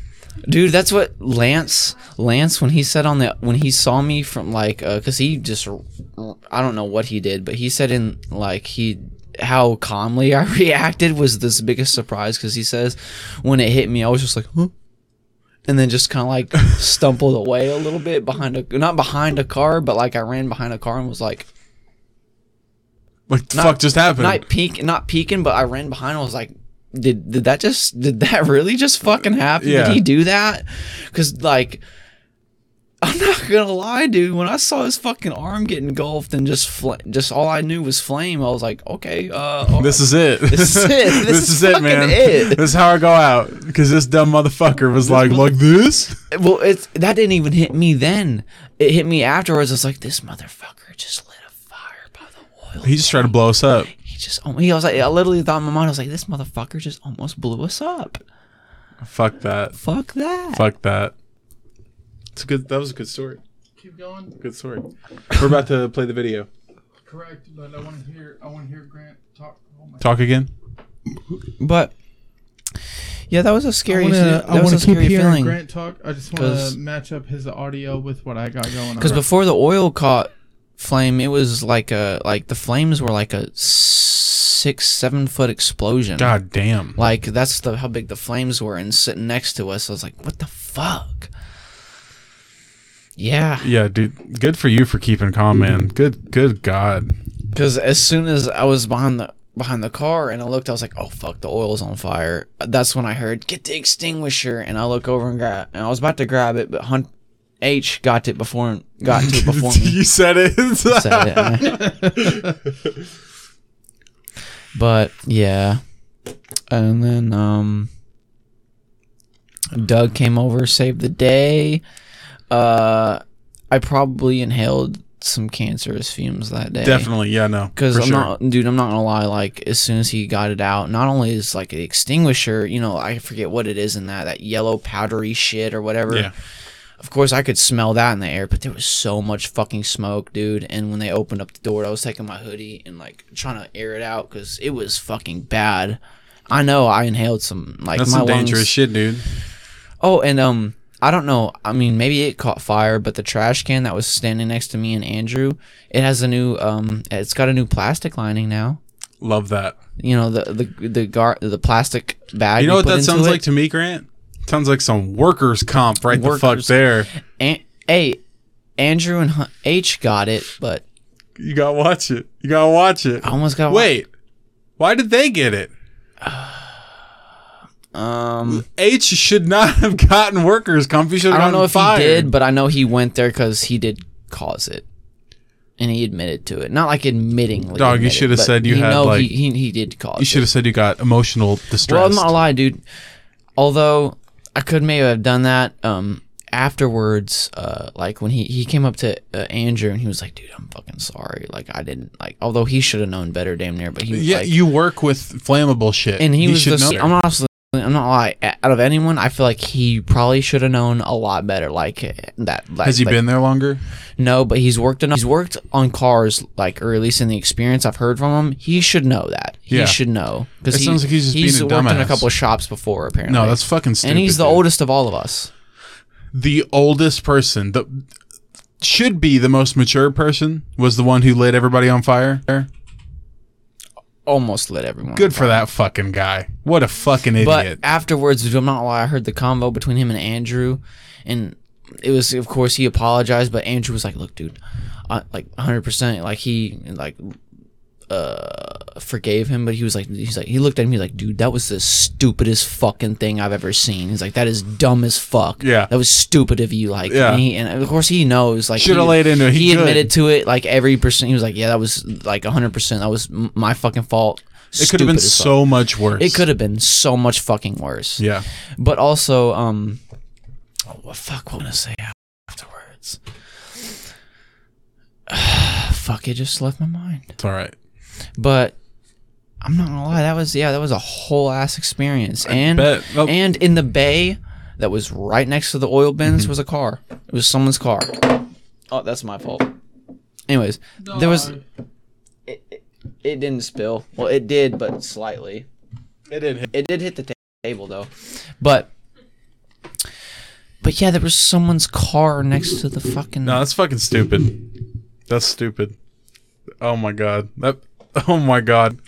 S3: dude that's what lance lance when he said on the when he saw me from like uh 'cause because he just i don't know what he did but he said in like he how calmly i [laughs] reacted was this biggest surprise because he says when it hit me i was just like huh and then just kind of like stumbled away a little bit behind a not behind a car but like i ran behind a car and was like
S2: What the
S3: Not-
S2: fuck just happened?
S3: not peek not peeking but i ran behind and was like did, did that just did that [laughs] really just fucking happen
S2: Yeah.
S3: did he do that because like i'm [laughs] not gonna lie dude when i saw his fucking arm get engulfed and just fl- just all i knew was flame i was like okay uh all
S2: this is it.
S3: This
S2: [laughs]
S3: is it. This is fucking it.
S2: This is how I go out. Because this dumb motherfucker was like, like this?
S3: right." well it's that didn't even hit me then it hit me afterwards it's like this motherfucker just lit a fire by the oil
S2: He just tried to blow us up.
S3: he just al- he I was like i literally thought in my mind i was like this motherfucker just almost blew us up
S2: Fuck that.
S3: fuck that
S2: Fuck that. It's a good. That was a good story.
S1: Keep going.
S2: Good story. We're about to play the video.
S1: Correct, but I want to hear. I want to hear Grant talk. Oh my.
S2: Talk again.
S3: But yeah, that was a
S1: I
S3: scary.
S1: want to.
S3: that
S1: I
S3: was
S1: want
S3: a
S1: to keep
S3: scary
S1: hearing
S3: feeling.
S1: Grant talk. I just want
S3: 'Cause-
S1: to match up his audio with what I got going on.
S3: Because before the oil caught flame, it was like a like the flames were like a six seven foot explosion.
S2: God damn.
S3: Like that's the how big the flames were, and sitting next to us, I was like, "What the fuck?" Yeah,
S2: Yeah, dude. Good for you for keeping calm, man. Good. Good God.
S3: because as soon as I was behind the behind the car and I looked, I was like, "Oh fuck, the oil's on fire!" That's when I heard, "Get the extinguisher!" And I look over and grab, and I was about to grab it, but Hunt H got it before got to it before me.
S2: [laughs] [laughs] you said it.
S3: Said it, man. but yeah, and then um, Doug came over, saved the day. Uh, I probably inhaled some cancerous fumes that day.
S2: Definitely, yeah, no.
S3: Because
S2: for
S3: I'm
S2: sure.
S3: not, dude. I'm not gonna lie. Like as soon as he got it out, not only is like the extinguisher, you know, I forget what it is in that that yellow powdery shit or whatever.
S2: Yeah.
S3: Of course, I could smell that in the air, but there was so much fucking smoke, dude. And when they opened up the door, I was taking my hoodie and like trying to air it out because it was fucking bad. I know I inhaled some like
S2: That's
S3: my
S2: some dangerous
S3: lungs.
S2: shit, dude.
S3: Oh, and um, I don't know. I mean, maybe it caught fire, but the trash can that was standing next to me and Andrew, it has a new um, it's got a new plastic lining now.
S2: Love that.
S3: You know the the the gar the plastic bag.
S2: You know what
S3: put
S2: that
S3: into
S2: sounds
S3: it?
S2: like to me, Grant? Sounds like some workers' comp right the fuck
S3: Workers-
S2: there.
S3: An- hey, Andrew and Hun- H got it, but
S2: You gotta watch it. You gotta watch it.
S3: I almost got
S2: Wait, why did they get it?
S3: [sighs] Um,
S2: H should not [laughs] have gotten workers' comp. He should
S3: I
S2: have
S3: don't know
S2: gotten
S3: if
S2: fired.
S3: he did, but I know he went there because he did cause it, and he admitted to it. Not like admittingly.
S2: Dog, you
S3: admitted,
S2: should have
S3: but
S2: said you had,
S3: know
S2: like-
S3: he, he he did cause.
S2: you should
S3: it.
S2: have said you got emotional distress.
S3: Well, I'm not gonna lie, dude. Although I could maybe have done that. Um, afterwards, uh, like when he he came up to uh, Andrew and he was like, "Dude, I'm fucking sorry. Like I didn't like." Although he should have known better, damn near. But he was
S2: yeah,
S3: like,
S2: you work with flammable shit,
S3: and he, was
S2: should
S3: the.
S2: know
S3: I'm honestly, I'm not like out of anyone. I feel like he probably should have known a lot better. Like eh, that. Like,
S2: Has he
S3: like-
S2: been there longer?
S3: No, but he's worked on he's worked on cars like, or at least in the experience I've heard from him, he should know that. He
S2: Yeah.
S3: should know because
S2: It
S3: he,
S2: sounds like he's just being a
S3: worked in a
S2: dumbass.
S3: couple of shops before apparently.
S2: No, that's fucking stupid.
S3: and he's the
S2: dude.
S3: oldest of all of us.
S2: the oldest person, the should be the most mature person, was the one who lit everybody on fire.
S3: Almost lit everyone.
S2: Good for that fucking guy. What a fucking
S3: But
S2: idiot.
S3: afterwards, dude, I'm not gonna lie, I heard the convo between him and Andrew, and it was, of course, he apologized, but Andrew was like, "Look, dude, I, like 100, percent like he like uh forgave him, but he was like, he's like, he looked at me like, dude, that was the stupidest fucking thing I've ever seen. He's like, that is dumb as fuck.
S2: Yeah.
S3: that was stupid of you. Like,
S2: Yeah.
S3: and, he, and of course he knows, like,
S2: Shoulda
S3: he-
S2: laid into it. He
S3: He,
S2: could.
S3: admitted to it, like every percent. He was like, yeah, that was like 100. percent That was m- my fucking fault.
S2: it could have been so much worse.
S3: It could have been so much fucking worse.
S2: Yeah.
S3: But also, um, oh, what fuck? What was I gonna say afterwards? [sighs] fuck! It just left my mind.
S2: It's all right.
S3: But I'm not gonna lie. That was yeah. That was a whole ass experience. and
S2: bet. Oh.
S3: and in the bay that was right next to the oil bins was a car. It was someone's car. Oh, that's my fault. Anyways, there was. It, it, it didn't spill. Well, it did, but slightly.
S2: It did.
S3: It did hit the ta- table though, but but yeah, there was someone's car next to the fucking.
S2: No, that's fucking stupid. That's stupid. Oh my god. That [laughs] Oh my god.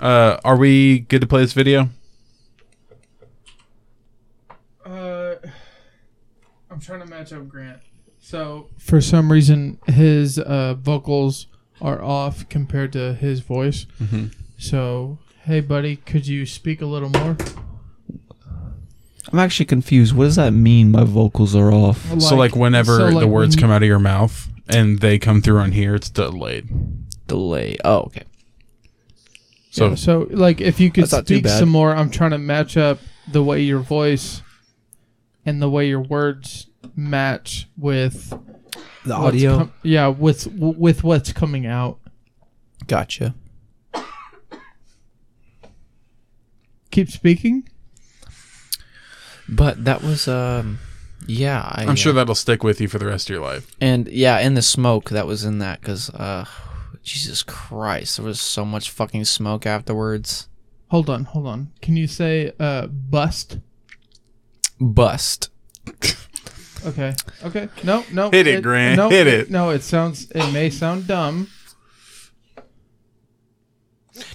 S2: Uh are we good to play this video?
S1: Uh, I'm trying to match up Grant. So for some reason, his uh, vocals are off compared to his voice.
S3: Mm-hmm.
S1: So hey, buddy, could you speak a little more?
S3: I'm actually confused. What does that mean? My vocals are off.
S2: so like whenever
S1: so, like,
S2: the words
S1: when
S2: come out of your mouth and they come through on here, it's delayed.
S3: Delay. Oh, okay.
S2: So
S1: Yeah, so like if you could
S3: That's not too
S1: speak
S3: bad.
S1: some more, I'm trying to match up the way your voice and the way your words match with
S3: The
S1: what's com- yeah, with with what's coming out.
S3: gotcha.
S1: Keep speaking.
S3: But that was um, yeah. I,
S2: I'm sure
S3: uh,
S2: that'll stick with you for the rest of your life.
S3: and yeah, and the smoke that was in that because uh, Jesus Christ, there was so much fucking smoke afterwards.
S1: Hold on, hold on. Can you say uh bust?
S3: Bust.
S1: Okay. Okay. No, no.
S2: Hit it, Grant.
S1: No,
S2: Hit it.
S1: No, it sounds it may sound dumb.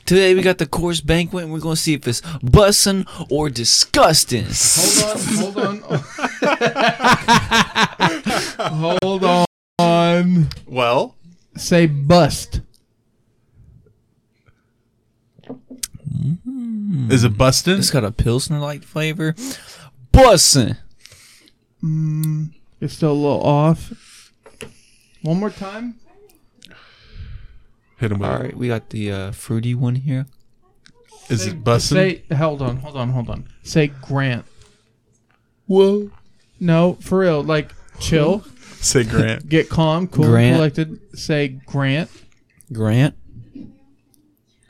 S3: Today we got the course banquet, and we're gonna see if it's bussin' or disgusting.
S1: Hold
S2: [laughs]
S1: on, hold on. hold on.
S2: Well,
S1: Say bust. Hmm.
S2: is it bustin'?
S3: It's got a pilsner like flavor. Bussin'.
S1: It's still a little off. One more time.
S2: Hit him with
S3: All
S2: it.
S3: right, we got the uh, fruity one here.
S2: Is it bustin'?
S1: Say hold on, hold on, hold on. Say Grant.
S2: Whoa.
S1: No, for real. Like chill. [laughs]
S2: Say Grant.
S1: Get calm, cool,
S3: Grant.
S1: and collected. Say Grant.
S3: Grant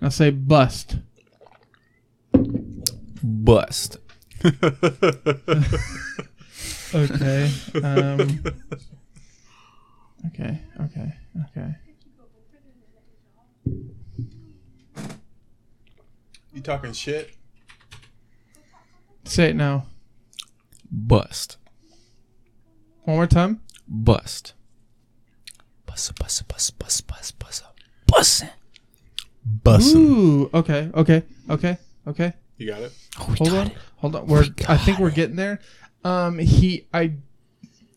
S1: I say bust.
S3: bust.
S1: Okay. Um, [laughs] okay. Okay. Okay.
S2: You talking shit?
S1: Say it now.
S3: Bust.
S1: One more time.
S3: Bust. Bust bust bust bust bust bust bust.
S2: Bussin.
S1: Ooh. Okay. Okay. Okay. Okay.
S2: You got it.
S1: Hold on. Hold on. We're. I think we're getting there. Um. He. I.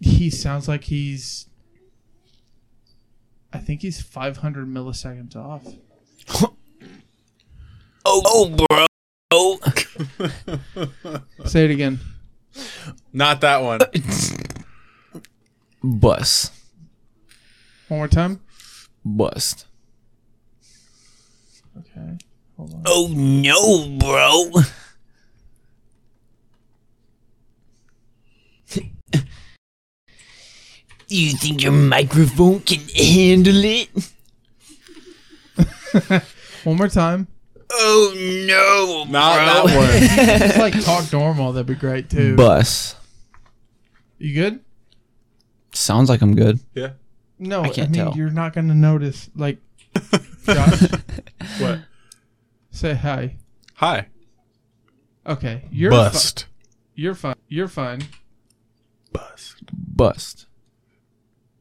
S1: He sounds like he's. I think he's 500 milliseconds off.
S3: Oh, oh bro. Oh.
S1: Say it again.
S2: Not that [laughs] one.
S3: Bust.
S1: One more time.
S3: Bust.
S1: Okay. Hold on.
S3: Oh no, bro. you think your microphone can handle it?
S1: One more time.
S3: Oh no.
S2: Not [laughs] that one.
S1: Just like talk normal. That'd be great too.
S3: Bus.
S1: you good?
S3: Sounds like I'm good.
S2: yeah.
S1: No, I,
S3: can't
S1: mean
S3: tell.
S1: you're not gonna notice. Like, Josh,
S2: What?
S1: say hi.
S2: Hi.
S1: Okay, you're Fi-
S2: Bust.
S1: you're fine. You're fine.
S2: Bust.
S3: Bust.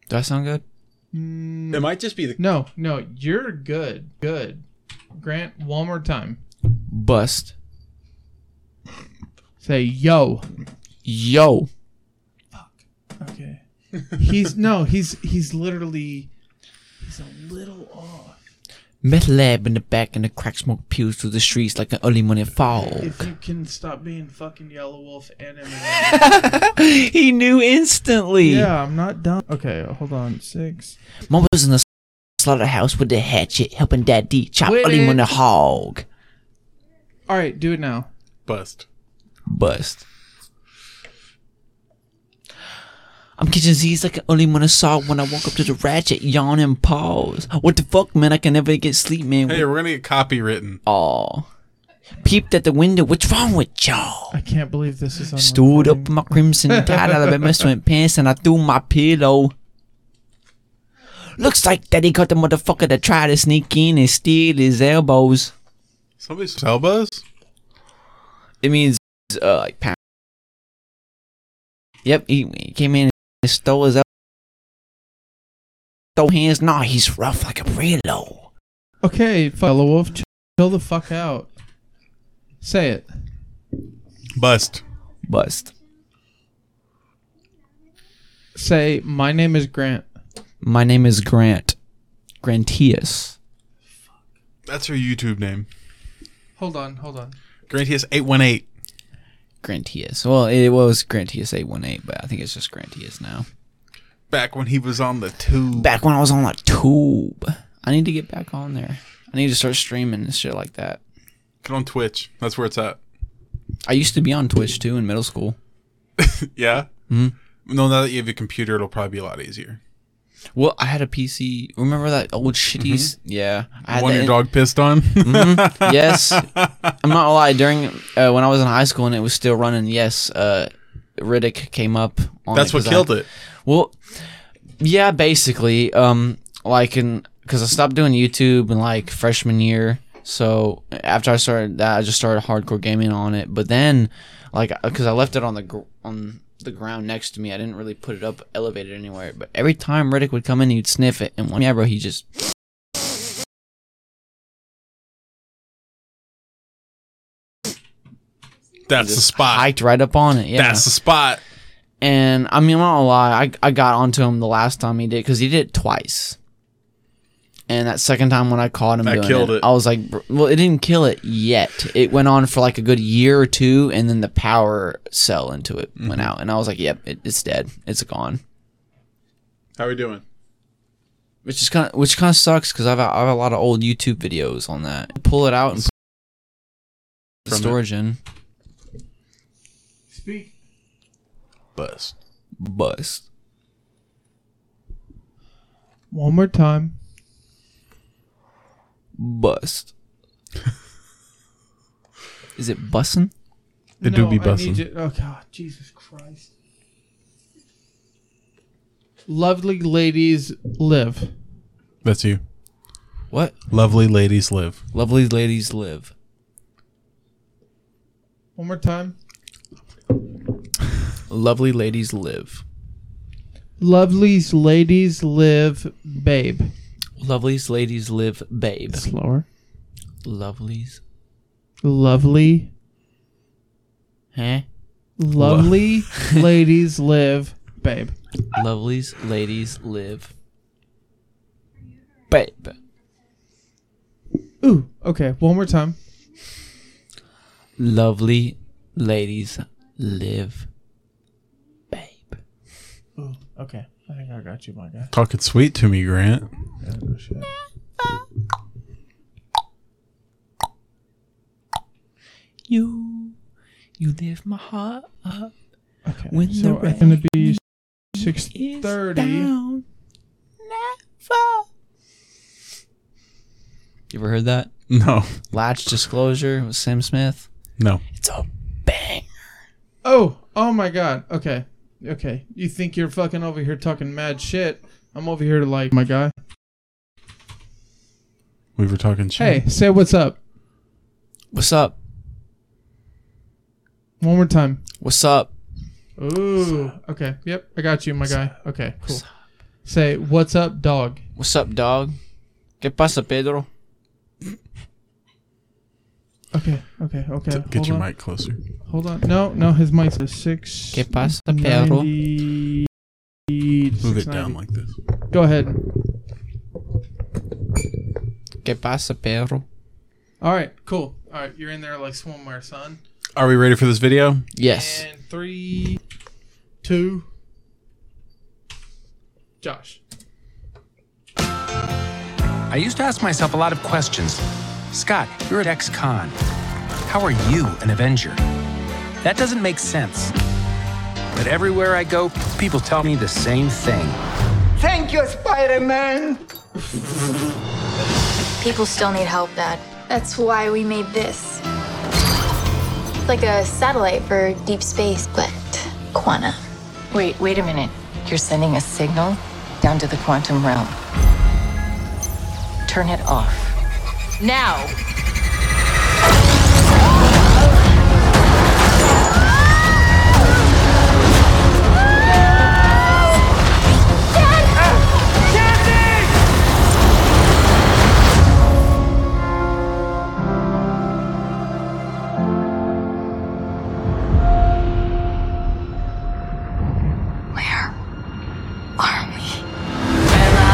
S3: Do I sound good?
S2: It might just be the
S1: No, no, you're good. Good. Grant, one more time.
S3: Bust.
S1: Say yo.
S3: Yo.
S1: Okay. [laughs] He's no. He's he's literally. He's a little off.
S3: Meth lab in the back and the crack smoke peels through the streets like an early morning fog.
S1: If you can stop being fucking Yellow Wolf and Eminem.
S3: he knew instantly.
S1: yeah, I'm not done. Okay, hold on. Six.
S3: Mom was in the slaughterhouse with the hatchet, helping Daddy chop
S1: With
S3: him
S1: it.
S3: on the hog.
S1: All right, do it now.
S2: bust.
S3: Bust. I'm catching Z's like I only want to saw when I woke up to the ratchet, yawn and pause. What the fuck, man? I can never get sleep, man.
S2: Hey, we're gonna get copywritten.
S3: Aw. Peeped at the window. What's wrong with y'all?
S1: I can't believe this is on.
S3: Stood up
S1: recording.
S3: in my
S1: [laughs]
S3: crimson tide Alabama sweatpants and I threw my pillow. Looks like Daddy caught the motherfucker that tried to sneak in and steal his elbows.
S2: Somebody's elbows.
S3: It means uh, like pound. Yep, he, he came in and stole his el- stole hands. Nah, he's rough like a relo.
S1: Okay, fellow wolf, ch- chill the fuck out. Say it.
S2: Bust.
S3: Bust.
S1: Say, my name is Grant.
S3: My name is Grant. Grantius.
S2: That's her YouTube name.
S1: Hold on, hold on.
S2: Grant has eight one eight.
S3: Grantius. Well, it was Grantius eight one eight, but I think it's just Grantius now.
S2: Back when he was on the tube.
S3: Back when I was on the tube, I need to get back on there. I need to start streaming and shit like that.
S2: Get on Twitch. That's where it's at.
S3: I used to be on Twitch too in middle school.
S2: Yeah. Mm-hmm. No, now that you have your computer, it'll probably be a lot easier.
S3: Well, I had a PC. Remember that old shitty? s- Yeah, I
S2: Mm-hmm.
S3: had
S2: One
S3: that
S2: your
S3: in-
S2: dog pissed [laughs] on.
S3: yes. I'm not gonna lie. During uh, when I was in high school and it was still running, yes, uh, Riddick came up. On
S2: That's what killed it.
S3: Well, yeah, basically, um, like in because I stopped doing YouTube in like freshman year. So after I started that, I just started hardcore gaming on it. But then, like, because I left it on the gr- on the ground next to me, I didn't really put it up elevated anywhere. But every time Riddick would come in, he'd sniff it, and one yeah, bro, he just
S2: That's the spot.
S3: hiked right up on it. Yeah.
S2: Ah. That's the spot.
S3: And I mean, I'm not gonna lie, I, I got onto him the last time he did because he did it twice. And that second time when I caught him,
S2: That
S3: doing
S2: killed
S3: it,
S2: it.
S3: I was like, "Br- well, it didn't kill it yet. It went on for like a good year or two, and then the power cell into it
S2: Mm-hmm.
S3: went out. And I was like, yep, it, it's dead. It's gone.
S2: How are we doing?
S3: Which is kind of which kind of sucks because I've I have a lot of old YouTube videos on that. Pull it out and put the
S2: From it.
S3: storage in.
S1: Speak.
S2: Bust.
S3: Bust.
S1: One more time.
S2: [laughs]
S3: Bust. Is it bussin'?
S2: It do be bussin'.
S1: Oh God, Jesus Christ. Lovely ladies live.
S2: That's you.
S3: What?
S2: Lovely ladies live.
S3: Lovely ladies live.
S1: One more time.
S3: Lovely ladies live.
S1: Lovely's ladies live, babe.
S3: Lovely's ladies live, babe.
S1: Slower.
S3: Lovely's.
S1: Lovely,
S3: Huh?
S1: lovely [laughs] ladies live, babe.
S3: Lovely's ladies live. Babe.
S1: Ooh, okay. One more time.
S3: Lovely ladies live. Babe.
S1: Ooh, okay. I think I got you, my guy.
S2: Talk it sweet to me, Grant. [laughs]
S1: Oh, shit.
S3: You. You lift my heart up
S1: Okay.
S3: When
S1: so
S3: the
S1: it's gonna be six
S3: is
S1: thirty.
S3: down. Never. You ever heard that?
S2: No,
S3: Latch Disclosure with Sam Smith.
S2: no.
S3: It's a bang.
S1: Oh, oh my God. Okay, okay. You think you're fucking over here talking mad shit? I'm over here to like my guy.
S2: We were talking
S1: Hey,
S2: shit.
S1: say what's up
S3: What's up?
S1: one more time.
S3: What's up?
S1: Ooh. Okay. Yep. I got you, my guy. Okay. Cool. Say what's up, dog.
S3: What's up, dog? ¿Qué pasa, Pedro?
S1: Okay. Okay. Okay.
S2: T- get
S1: Hold
S2: your
S1: on.
S2: mic closer.
S1: Hold on. No, no. His mic's a six.
S3: ¿Qué pasa, Pedro?
S2: Move it down like this.
S1: Go ahead.
S3: ¿Qué pasa, Pedro?
S1: All right. Cool. All right. You're in there like swimwear, son.
S2: Are we ready for this video?
S3: Yes.
S1: And three, two. Josh.
S5: I used to ask myself a lot of questions. Scott, you're at Ex Con. How are you an Avenger? That doesn't make sense. But everywhere I go, people tell me the same thing.
S6: Thank you, Spider-Man.
S7: People still need help, Dad. That's why we made this. It's like a satellite for deep space, but quanta.
S8: Wait, wait a minute. You're sending a signal down to the quantum realm. Turn it off. Now!
S7: Where are we?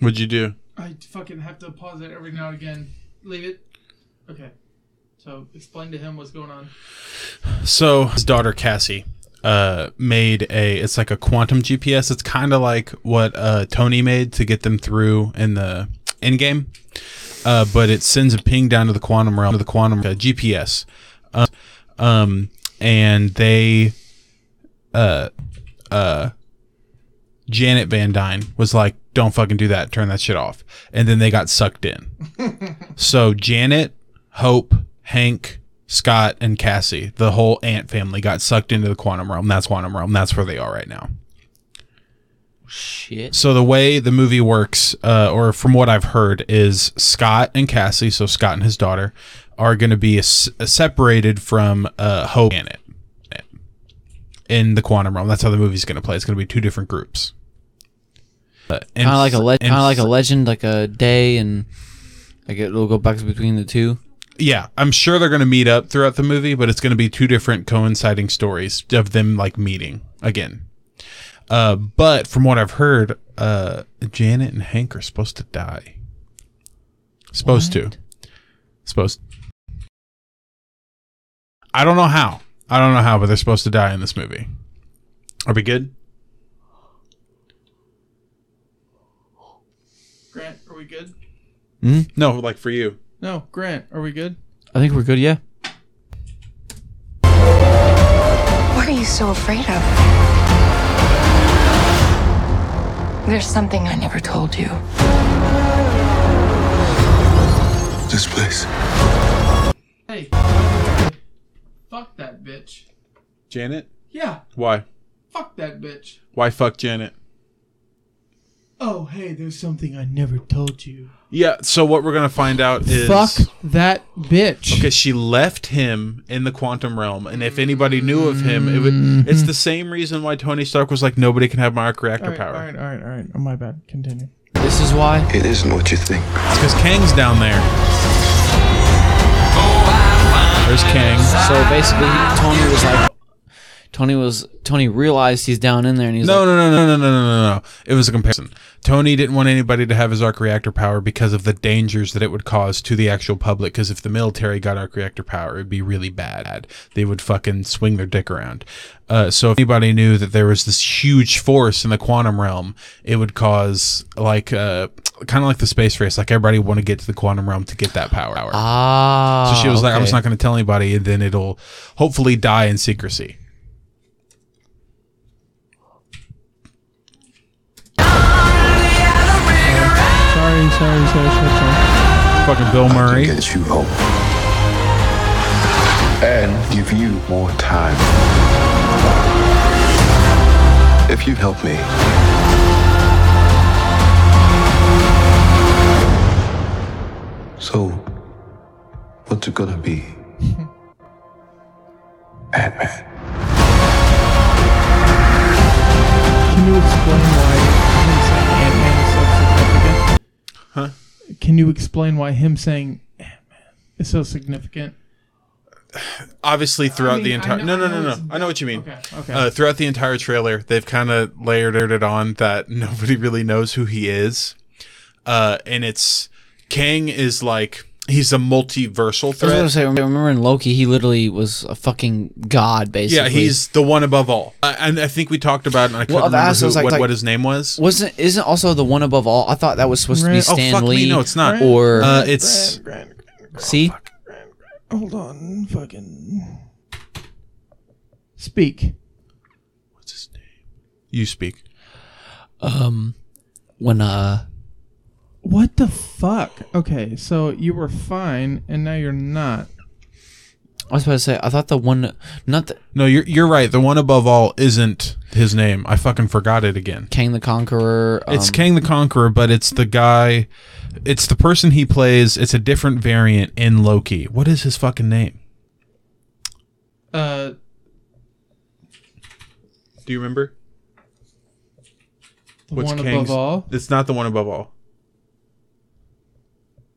S2: What'd you do?
S1: I fucking have to pause it every now and again. Leave it. Okay. So explain to him what's going on.
S2: So his daughter Cassie uh made a it's like a quantum GPS. It's kind of like what uh Tony made to get them through in the end game. Uh but it sends a ping down to the quantum realm to the quantum uh, GPS. Uh, um and they uh uh Janet Van Dyne was like don't fucking do that. Turn that shit off. And then they got sucked in. So Janet, Hope, Hank, Scott, and Cassie, the whole ant family got sucked into the quantum realm. That's quantum realm. That's where they are right now.
S3: Shit.
S2: So the way the movie works, uh, or from what I've heard, is Scott and Cassie, so Scott and his daughter, are going to be s- uh, separated from uh, Hope and Janet in the quantum realm. That's how the movie's going to play. It's going to be two different groups. Uh,
S3: Kind of like a le- kind of like a legend, like a day, and like it'll go back between the two.
S2: yeah, I'm sure they're going to meet up throughout the movie, but it's going to be two different coinciding stories of them like meeting again. Uh, but from what I've heard, uh, Janet and Hank are supposed to die. Supposed to. Supposed. I don't know how. I don't know how, but they're supposed to die in this movie. Are we good?
S1: Grant, are we good?
S2: No, like for you.
S1: No, Grant, are we good?
S3: I think we're good. Yeah.
S8: What are you so afraid of? There's something I never told you.
S5: This place.
S1: Hey. Fuck that bitch.
S2: Janet?
S1: Yeah,
S2: Why?
S1: fuck that bitch.
S2: Why fuck Janet?
S1: Oh, hey, there's something I never told you.
S2: Yeah, so what we're gonna find out is
S1: Fuck that bitch.
S2: because she left him in the quantum realm, and if anybody knew of him, it would. It's the same reason why Tony Stark was like, nobody can have my arc reactor
S1: All right, all
S2: power.
S1: right, all right, all right. Oh, my bad. Continue.
S3: This is why.
S5: It isn't what you think.
S2: It's because Kang's down there. There's Kang.
S3: So basically, Tony was like, Tony was Tony realized he's down in there, and he's
S2: No,
S3: like,
S2: no, no, no, no, no, no, no, no. It was a comparison. Tony didn't want anybody to have his arc reactor power because of the dangers that it would cause to the actual public. Because if the military got arc reactor power, it'd be really bad. They would fucking swing their dick around. Uh, so if anybody knew that there was this huge force in the quantum realm, it would cause like uh, kind of like the space race. Like everybody would want to get to the quantum realm to get that power.
S3: ah.
S2: so she was like, "I'm
S3: okay.
S2: just not going to tell anybody, and then it'll hopefully die in secrecy."
S1: Sorry, sorry, sorry, sorry, sorry.
S2: Fucking Bill Murray.
S5: Get you hope. And give you more time. If you help me. So, what's it gonna be? Ant-Man.
S1: Can you explain why him saying Ant Man is so significant? Huh? Can you explain why him saying Ant Man is so significant?
S2: obviously throughout
S1: mean,
S2: the
S1: I
S2: entire
S1: know-
S2: no no
S1: I know
S2: no no
S1: it's-
S2: I know what you mean.
S1: Okay, okay.
S2: Uh, throughout the entire trailer, they've kind of layered it on that [laughs] nobody really knows who he is, uh, and it's Kang is like he's a multiversal
S3: I was gonna
S2: threat.
S3: say, remember in Loki, he literally was a fucking god, basically.
S2: Yeah, he's the one above all, uh, and I think we talked about it. And I couldn't
S3: Well,
S2: remember
S3: that's-
S2: who-
S3: it's like-
S2: what,
S3: like-
S2: what his name was.
S3: wasn't isn't also the one above all. I thought that was supposed to be
S1: Right. Oh,
S3: Stan
S2: fuck me,
S3: Lee.
S2: no, it's not.
S3: Or
S2: Uh, it's
S1: Grant, Grant,
S3: see,
S1: hold on, fucking. Speak.
S2: you speak.
S3: um, when uh,
S1: What the fuck? Okay, so you were fine, and now you're not.
S3: I was about to say, I thought the one, not the
S2: No, you're you're right. The one above all isn't his name. I fucking forgot it again.
S3: Kang the Conqueror. Um,
S2: It's Kang the Conqueror, but it's the guy. It's the person he plays. It's a different variant in Loki. What is his fucking name?
S1: Uh,
S2: Do you remember?
S1: the one above all.
S2: It's not the one above all.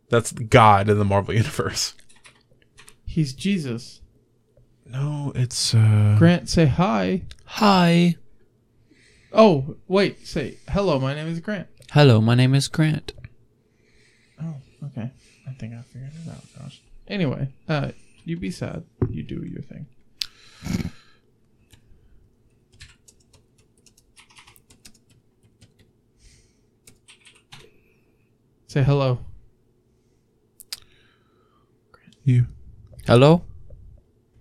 S2: That's God in the Marvel [laughs] Universe.
S1: He's Jesus.
S2: No, it's. uh
S1: Grant, say hi.
S3: Hi,
S1: Oh, wait, say hello. My name is Grant.
S3: hello, my name is Grant.
S1: Oh, okay. I think I figured it out. Gosh. Anyway, uh, you be sad. You do your thing. Say hello.
S2: You.
S3: Hello,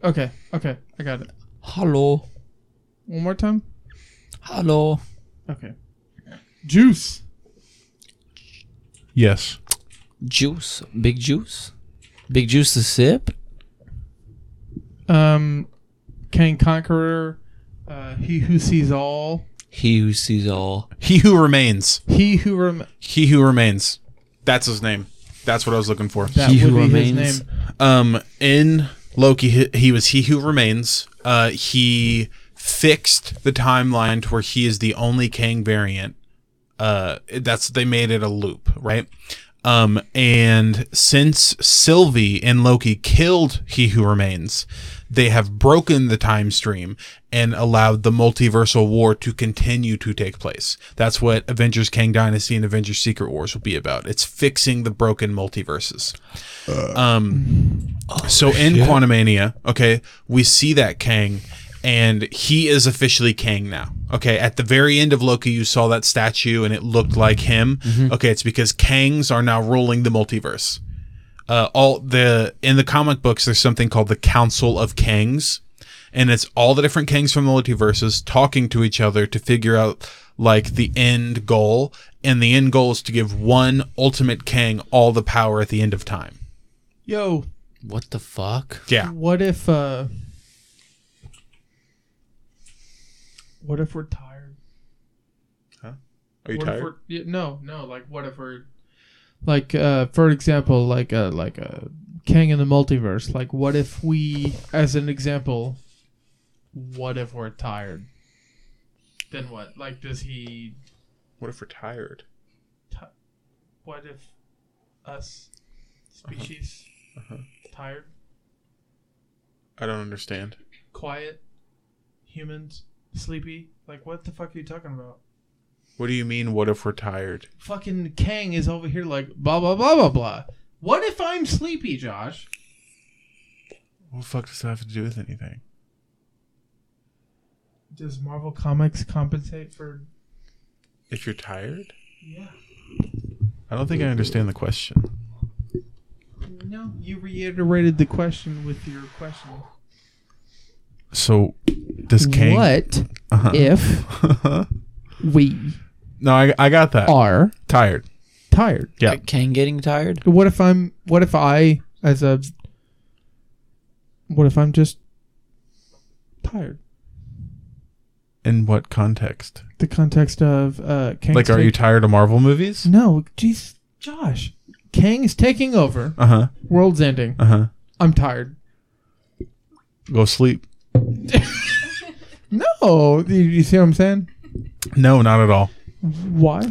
S1: Okay, okay, I got it.
S3: hello,
S1: One more time.
S3: hello.
S1: Okay. Juice.
S2: Yes.
S3: Juice, big juice, big juice to sip.
S1: Um, Kang Conqueror. Uh, he who sees all.
S3: He who sees all.
S2: He who remains.
S1: He who rem-
S2: He who remains. That's his name. That's what I was looking for.
S1: that
S3: He
S1: would
S3: who
S1: be
S3: remains.
S1: his name.
S2: Um, in Loki, he, he was he who remains. Uh, he fixed the timeline to where he is the only Kang variant. Uh, that's they made it a loop, right? Um, and since Sylvie and Loki killed He Who Remains, they have broken the time stream and allowed the multiversal war to continue to take place. That's what Avengers Kang Dynasty and Avengers Secret Wars will be about. It's fixing the broken multiverses. So in Quantumania, okay, we see that Kang and he is officially Kang now. Okay, at the very end of Loki, you saw that statue and it looked like him. Okay, it's because Kangs are now ruling the multiverse. Uh, all the in the comic books, there's something called the Council of Kangs, and it's all the different Kangs from the multiverses talking to each other to figure out like the end goal. And the end goal is to give one ultimate Kang all the power at the end of time.
S1: Yo,
S3: What the fuck?
S2: Yeah.
S1: what if uh What if we're tired?
S2: Are you
S1: what If
S2: tired?
S1: we're, yeah, no, no, like what if we're like uh for example, like uh like a King in the multiverse, like what if we as an example what if we're tired? Then what? Like does he
S2: What if we're tired?
S1: what if us species
S2: Uh-huh.
S1: tired,
S2: I don't understand.
S1: quiet, humans, sleepy? Like what the fuck are you talking about?
S2: What do you mean? What if we're tired?
S1: fucking Kang is over here like blah blah blah blah blah. What if I'm sleepy, Josh?
S2: What the fuck does that have to do with anything?
S1: Does Marvel Comics compensate for?
S2: If you're tired?
S1: Yeah.
S2: I don't think I understand the question.
S1: No, you reiterated the question with your question.
S2: So, does Kang? Uh-huh.
S1: What if we
S2: No, I, I got that.
S1: are
S2: Tired.
S1: tired?
S2: Yeah.
S3: Kang getting tired?
S1: What if I'm? What if I as a? What if I'm just tired?
S2: In what context?
S1: The context of uh, Kang.
S2: Like, are you tired of Marvel movies?
S1: no, jeez, Josh. Kang is taking over.
S2: Uh huh.
S1: World's ending.
S2: Uh huh.
S1: I'm tired.
S2: Go sleep.
S1: No, you, you see what I'm saying?
S2: No, not at all.
S1: Why?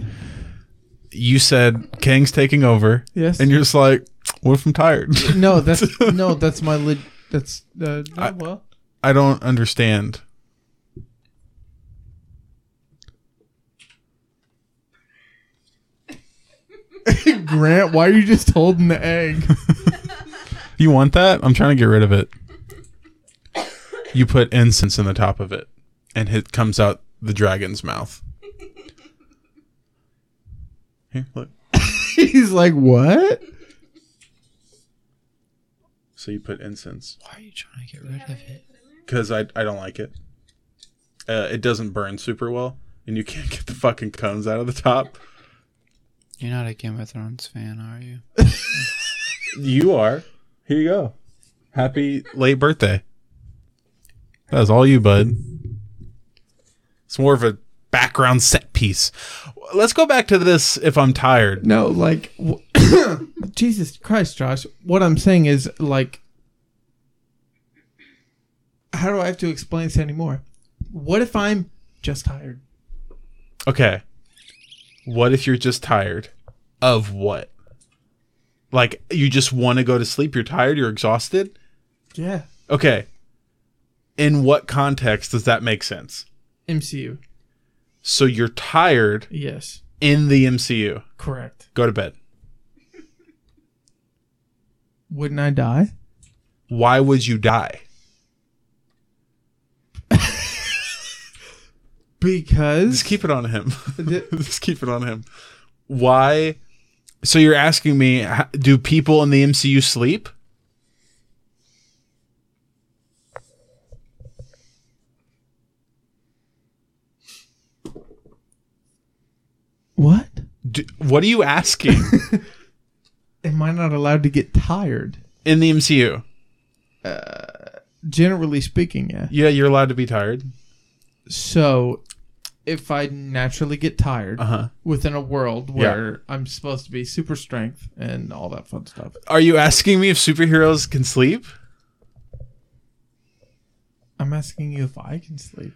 S2: You said Kang's taking over,
S1: Yes.
S2: and you're just like, what if I'm tired?
S1: [laughs]
S2: [laughs]
S1: no, that's no, that's my lid. That's uh,
S2: I-
S1: well. [coughs]
S2: I don't understand.
S1: [laughs] Grant, why are you just holding the egg?
S2: [laughs] You want that? I'm trying to get rid of it. You put incense in the top of it, and it comes out the dragon's mouth. Here, look.
S1: [laughs] He's like, what?
S2: So you put incense
S3: Why are you trying to get rid of it?
S2: because I I don't like it. Uh, it doesn't burn super well, and you [laughs] can't get the fucking cones out of the top.
S3: You're not a Game of Thrones fan, are you?
S2: You are. Here you go. Happy late birthday. That was all you, bud. It's more of a background set piece. Let's go back to this if I'm tired.
S1: No, like, w- Jesus Christ, Josh. What I'm saying is like, how do I have to explain this anymore? What if I'm just tired?
S2: Okay. What if you're just tired? Of what? Like you just want to go to sleep, you're tired, you're exhausted?
S1: Yeah.
S2: Okay. In what context does that make sense?
S1: MCU.
S2: So you're tired
S1: Yes.
S2: in the MCU.
S1: Correct.
S2: Go to bed.
S1: Wouldn't I die?
S2: Why would you die?
S1: Because
S2: Just keep it on him.
S1: Th-
S2: [laughs] Just keep it on him. Why? So you're asking me, h- do people in the MCU sleep?
S1: what?
S2: Do, what are
S1: [laughs]
S2: you asking
S1: Am I not allowed to get tired?
S2: in the MCU?
S1: Generally speaking, yeah.
S2: Yeah, you're allowed to be tired.
S1: So, if I naturally get tired
S2: Uh-huh.
S1: within a world where I'm supposed to be super strength and all that fun stuff,
S2: Are you asking me if superheroes can sleep?
S1: I'm asking you if I can sleep.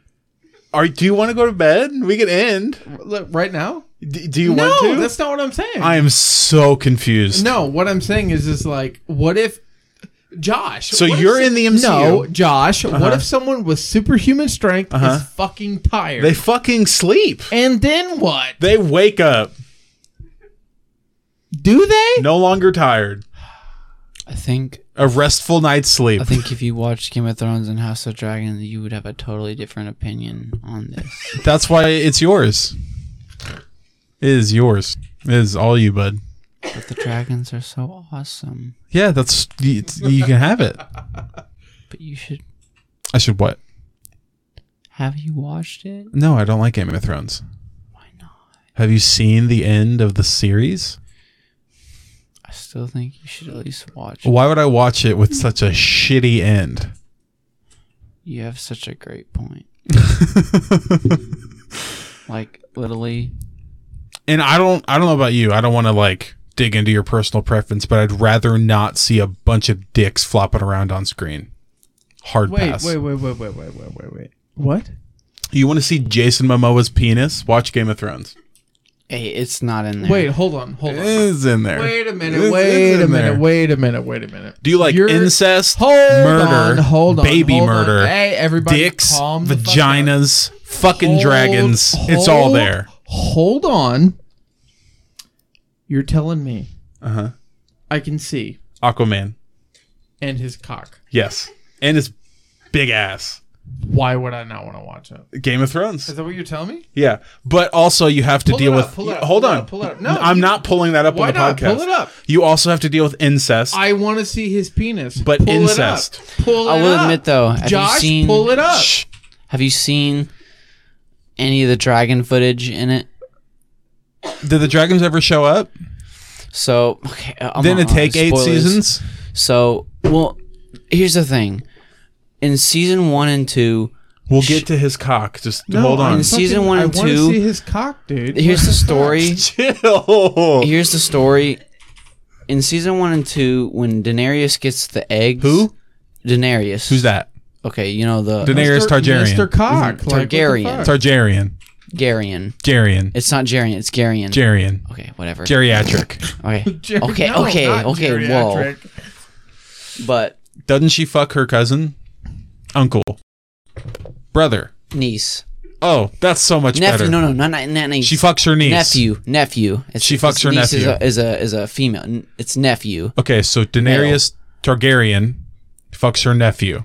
S2: Are do you want to go to bed? We can end.
S1: Look, right now?
S2: D- do you want
S1: No,
S2: to?
S1: that's not what I'm saying.
S2: I am so confused.
S1: no, what I'm saying is is like, what if Josh?
S2: So
S1: what if
S2: you're
S1: so-
S2: in the MCU.
S1: No, Josh.
S2: Uh-huh.
S1: What if someone with superhuman strength is fucking tired?
S2: They fucking sleep.
S1: [laughs] and then what?
S2: They wake up,
S1: Do they?
S2: no longer tired.
S3: I think
S2: A restful night's sleep. [laughs]
S3: I think if you watched Game of Thrones and House of Dragon, you would have a totally different opinion on
S2: [laughs]
S3: this.
S2: That's why it's yours. It is yours. It is all you, bud.
S3: But the dragons are so awesome.
S2: Yeah, that's you, it's- you can have it.
S3: But you should
S2: I should what?
S3: have you watched it?
S2: No, I don't like Game of Thrones. Why not? Have you seen the end of the series?
S3: I still think you should at least watch. it.
S2: Why would I watch it with such a shitty end?
S3: You have such a great point.
S2: [laughs]
S3: like literally,
S2: And I don't I don't know about you. I don't want to like dig into your personal preference, but I'd rather not see a bunch of dicks flopping around on screen. Hard
S1: Wait,
S2: pass.
S1: wait, wait, wait, wait, wait, wait, wait, wait. What?
S2: You want to see Jason Momoa's penis? Watch Game of Thrones.
S3: hey, it's not in there.
S1: Wait, hold on, hold
S2: It
S1: on.
S2: is in there.
S1: Wait a
S2: It
S1: minute,
S2: is-
S1: wait
S2: it's
S1: a
S2: in
S1: minute,
S2: there.
S1: wait a minute, wait a minute.
S2: Do you like
S1: You're-
S2: incest,
S1: Hold on,
S2: murder,
S1: hold on,
S2: baby
S1: hold on.
S2: murder,
S1: Hey, everybody,
S2: dicks,
S1: calm the fuck
S2: vaginas, fucking
S1: Hold-
S2: dragons? it's all
S1: hold-
S2: there.
S1: Hold on. You're telling me
S2: Uh huh.
S1: I can see
S2: Aquaman.
S1: and his cock.
S2: Yes, and his big ass.
S1: Why would I not want to watch it?
S2: Game of Thrones.
S1: Is that what you're telling me?
S2: Yeah, but also you have to
S1: Pull it
S2: deal
S1: up,
S2: with.
S1: pull it up,
S2: hold
S1: pull it
S2: on,
S1: up, pull it up. No,
S2: I'm
S1: you-
S2: not pulling that up
S1: Why
S2: on the
S1: not?
S2: podcast.
S1: Pull it up.
S2: You also have to deal with incest.
S1: I want to see his penis.
S2: But
S1: pull
S2: incest.
S1: It up. Pull it
S3: I will
S1: up.
S3: admit though, have you
S1: Josh,
S3: seen
S1: pull it up.
S2: Shh.
S3: Have you seen any of the dragon footage in it?
S2: Did the dragons ever show up?
S3: So okay, uh, I'm
S2: Didn't it
S3: not-
S2: take eight
S3: spoilers.
S2: seasons?
S3: So well, here's the thing: in season one and two,
S2: We'll get to his cock. Just hold on. [laughs]
S3: I'm- Season one and
S1: I wanna
S3: two-
S1: see his cock, dude.
S3: here's the story.
S2: Chill.
S3: Here's the story. In season one and two, when Daenerys gets the eggs,
S2: Who?
S3: Daenerys?
S2: Who's that?
S3: Okay, you know the
S2: Daenerys. Here's Targaryen.
S1: Mr. Cock. like,
S3: Targaryen.
S1: what the fuck?
S2: Targaryen.
S3: Garian.
S2: Jarian.
S3: It's not Garian. It's Garian.
S2: Jarian.
S3: okay, whatever.
S2: Geriatric.
S1: [laughs]
S3: okay,
S1: Jer-
S3: okay,
S1: no,
S3: okay,
S1: not
S3: okay. Whoa,
S1: geriatric.
S3: but
S2: Doesn't she fuck her cousin? Uncle. Brother.
S3: niece,
S2: Oh, that's so much
S3: nephew.
S2: better.
S3: No, no, not, not, not niece.
S2: She fucks her niece.
S3: Nephew, nephew. It's,
S2: She fucks
S3: it's
S2: her
S3: niece
S2: nephew.
S3: Is a, is a is a female. N- It's nephew.
S2: Okay, so Daenerys Targaryen fucks her nephew,